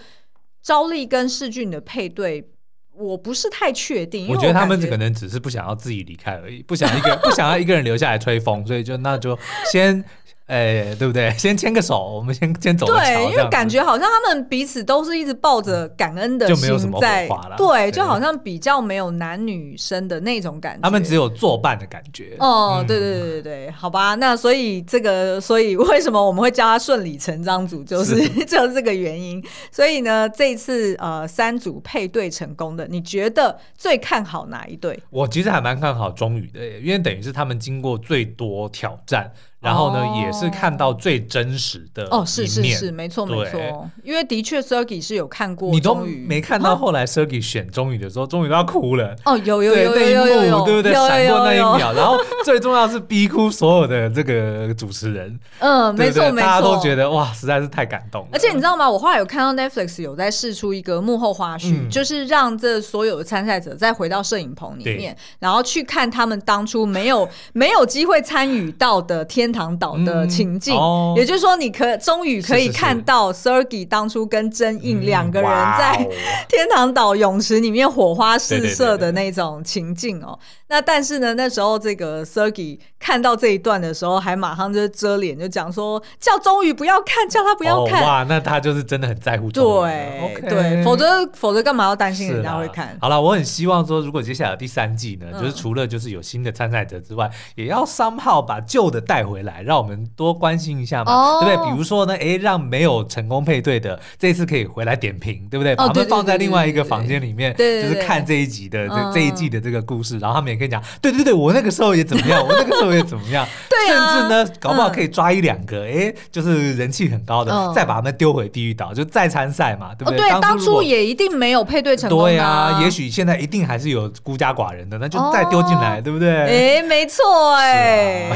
Speaker 1: 昭丽跟世俊的配对，我不是太确定，因为
Speaker 2: 我觉得他们
Speaker 1: 感
Speaker 2: 可能只是不想要自己离开而已，不想一个 不想要一个人留下来吹风，所以就那就先，哎，对不对？先牵个手，我们先先走个桥
Speaker 1: 对，因
Speaker 2: 这样
Speaker 1: 为
Speaker 2: 子嗯
Speaker 1: 感觉好像他们彼此都是一直抱着感恩的
Speaker 2: 就没有什
Speaker 1: 心
Speaker 2: 么
Speaker 1: 在
Speaker 2: 火花啦，对
Speaker 1: 对，就好像比较没有男女生的那种感觉。
Speaker 2: 他们只有作伴的感觉。
Speaker 1: 哦
Speaker 2: 嗯，
Speaker 1: 对对对对对，好吧，那所以这个，所以 为什么我们会叫他顺理成章组，就是 就是这个原因。所以呢，这一次呃三组配对成功的，你觉得最看好哪一对？
Speaker 2: 我其实还蛮看好中宇的耶，因为等于是他们经过最多挑战，然后呢、
Speaker 1: 哦
Speaker 2: 也是看到最真实的
Speaker 1: 哦，是是
Speaker 2: 呃一面
Speaker 1: 是，，没错
Speaker 2: 对
Speaker 1: 没错，因为的确 Sergey 是有看过，
Speaker 2: 你都
Speaker 1: 终于
Speaker 2: 没看到后来 Sergey 选中宇的时候，中宇都要哭了。
Speaker 1: 哦，有有
Speaker 2: 对
Speaker 1: 有有有有
Speaker 2: 那一
Speaker 1: 有
Speaker 2: 幕，，对不对？
Speaker 1: 有
Speaker 2: 闪过那一，
Speaker 1: 有有有
Speaker 2: 秒，然后 最重要是逼哭所有的这个主持人，
Speaker 1: 嗯，
Speaker 2: 对
Speaker 1: 没
Speaker 2: 不对
Speaker 1: 错没错，
Speaker 2: 大家都觉得哇，实在是太感动了。
Speaker 1: 而且你知道吗？我后来有看到 Netflix 有在试出一个幕后花絮，
Speaker 2: 嗯
Speaker 1: 就是让这所有的参赛者再回到摄影棚里面
Speaker 2: 对，
Speaker 1: 然后去看他们当初没有没有机会参与到的天堂岛的情境。
Speaker 2: 嗯哦
Speaker 1: 也就是说，你可终于可
Speaker 2: 是
Speaker 1: 以
Speaker 2: 是是
Speaker 1: 看到 Sergey 当初跟真印两个人
Speaker 2: 嗯
Speaker 1: 在、
Speaker 2: 哇哦
Speaker 1: 天堂岛泳池里面火花四射
Speaker 2: 对对对对
Speaker 1: 的那种情境哦。那但是呢，那时候这个 Sergey 看到这一段的时候，还马上就遮脸，就讲说叫钟宇不要看，叫他不要
Speaker 2: 哦、
Speaker 1: 看。
Speaker 2: 哇，那他就是真的很在乎
Speaker 1: 对、
Speaker 2: 中宇了 OK
Speaker 1: 对，否则否则干嘛要担心
Speaker 2: 是啊
Speaker 1: 人家
Speaker 2: 啦
Speaker 1: 会看？
Speaker 2: 好了，我很希望说，如果接下来有第三季呢，
Speaker 1: 嗯
Speaker 2: 就是除了就是有新的参赛者之外，也要 somehow 把旧的带回来，让我们多关心一下嘛，
Speaker 1: 哦
Speaker 2: 对不对？比如说呢，诶，让没有成功配对的这次可以回来点评，对不对？把他
Speaker 1: 对
Speaker 2: 们
Speaker 1: 对
Speaker 2: 放在
Speaker 1: 哦对对
Speaker 2: 另外一个
Speaker 1: 对对
Speaker 2: 房间里面，
Speaker 1: 对对对
Speaker 2: 就是看这一集的这
Speaker 1: 嗯
Speaker 2: 这一季的这个故事，然后他们也可以讲，对对对，我那个时候也怎么样，我那个时候也怎么 样，
Speaker 1: 对啊
Speaker 2: 甚至呢，搞不好
Speaker 1: 嗯
Speaker 2: 可以抓一两个，诶，就是人气很高的，
Speaker 1: 嗯
Speaker 2: 再把他们丢回地狱岛，就再参赛嘛，对不
Speaker 1: 哦，
Speaker 2: 对？
Speaker 1: 对，当
Speaker 2: 如果
Speaker 1: 初也一定没有配对成功
Speaker 2: 对
Speaker 1: 的啊
Speaker 2: 也。许现在一定还是有孤家寡人的，那就再丢进来，对不对？啊
Speaker 1: 哎，没错，哎，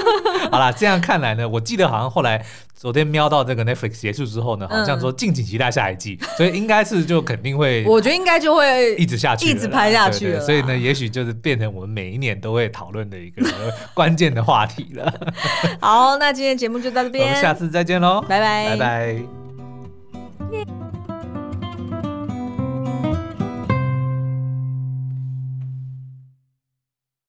Speaker 2: 好啦，这样看来呢，我记得好像后来昨天瞄到这个 Netflix 结束之后呢，好
Speaker 1: 嗯
Speaker 2: 像说敬请期待下一季，所以应该是就肯定会
Speaker 1: 我觉得应该就会
Speaker 2: 一直下去了啦，
Speaker 1: 一直拍下去
Speaker 2: 对对
Speaker 1: 了啦
Speaker 2: 所以呢，也许就是变成我们每一年都会讨论的一个关键的话题了。
Speaker 1: 好。那今天节目就到这
Speaker 2: 我
Speaker 1: 边
Speaker 2: 们，下次再见喽，
Speaker 1: 拜拜
Speaker 2: 拜拜。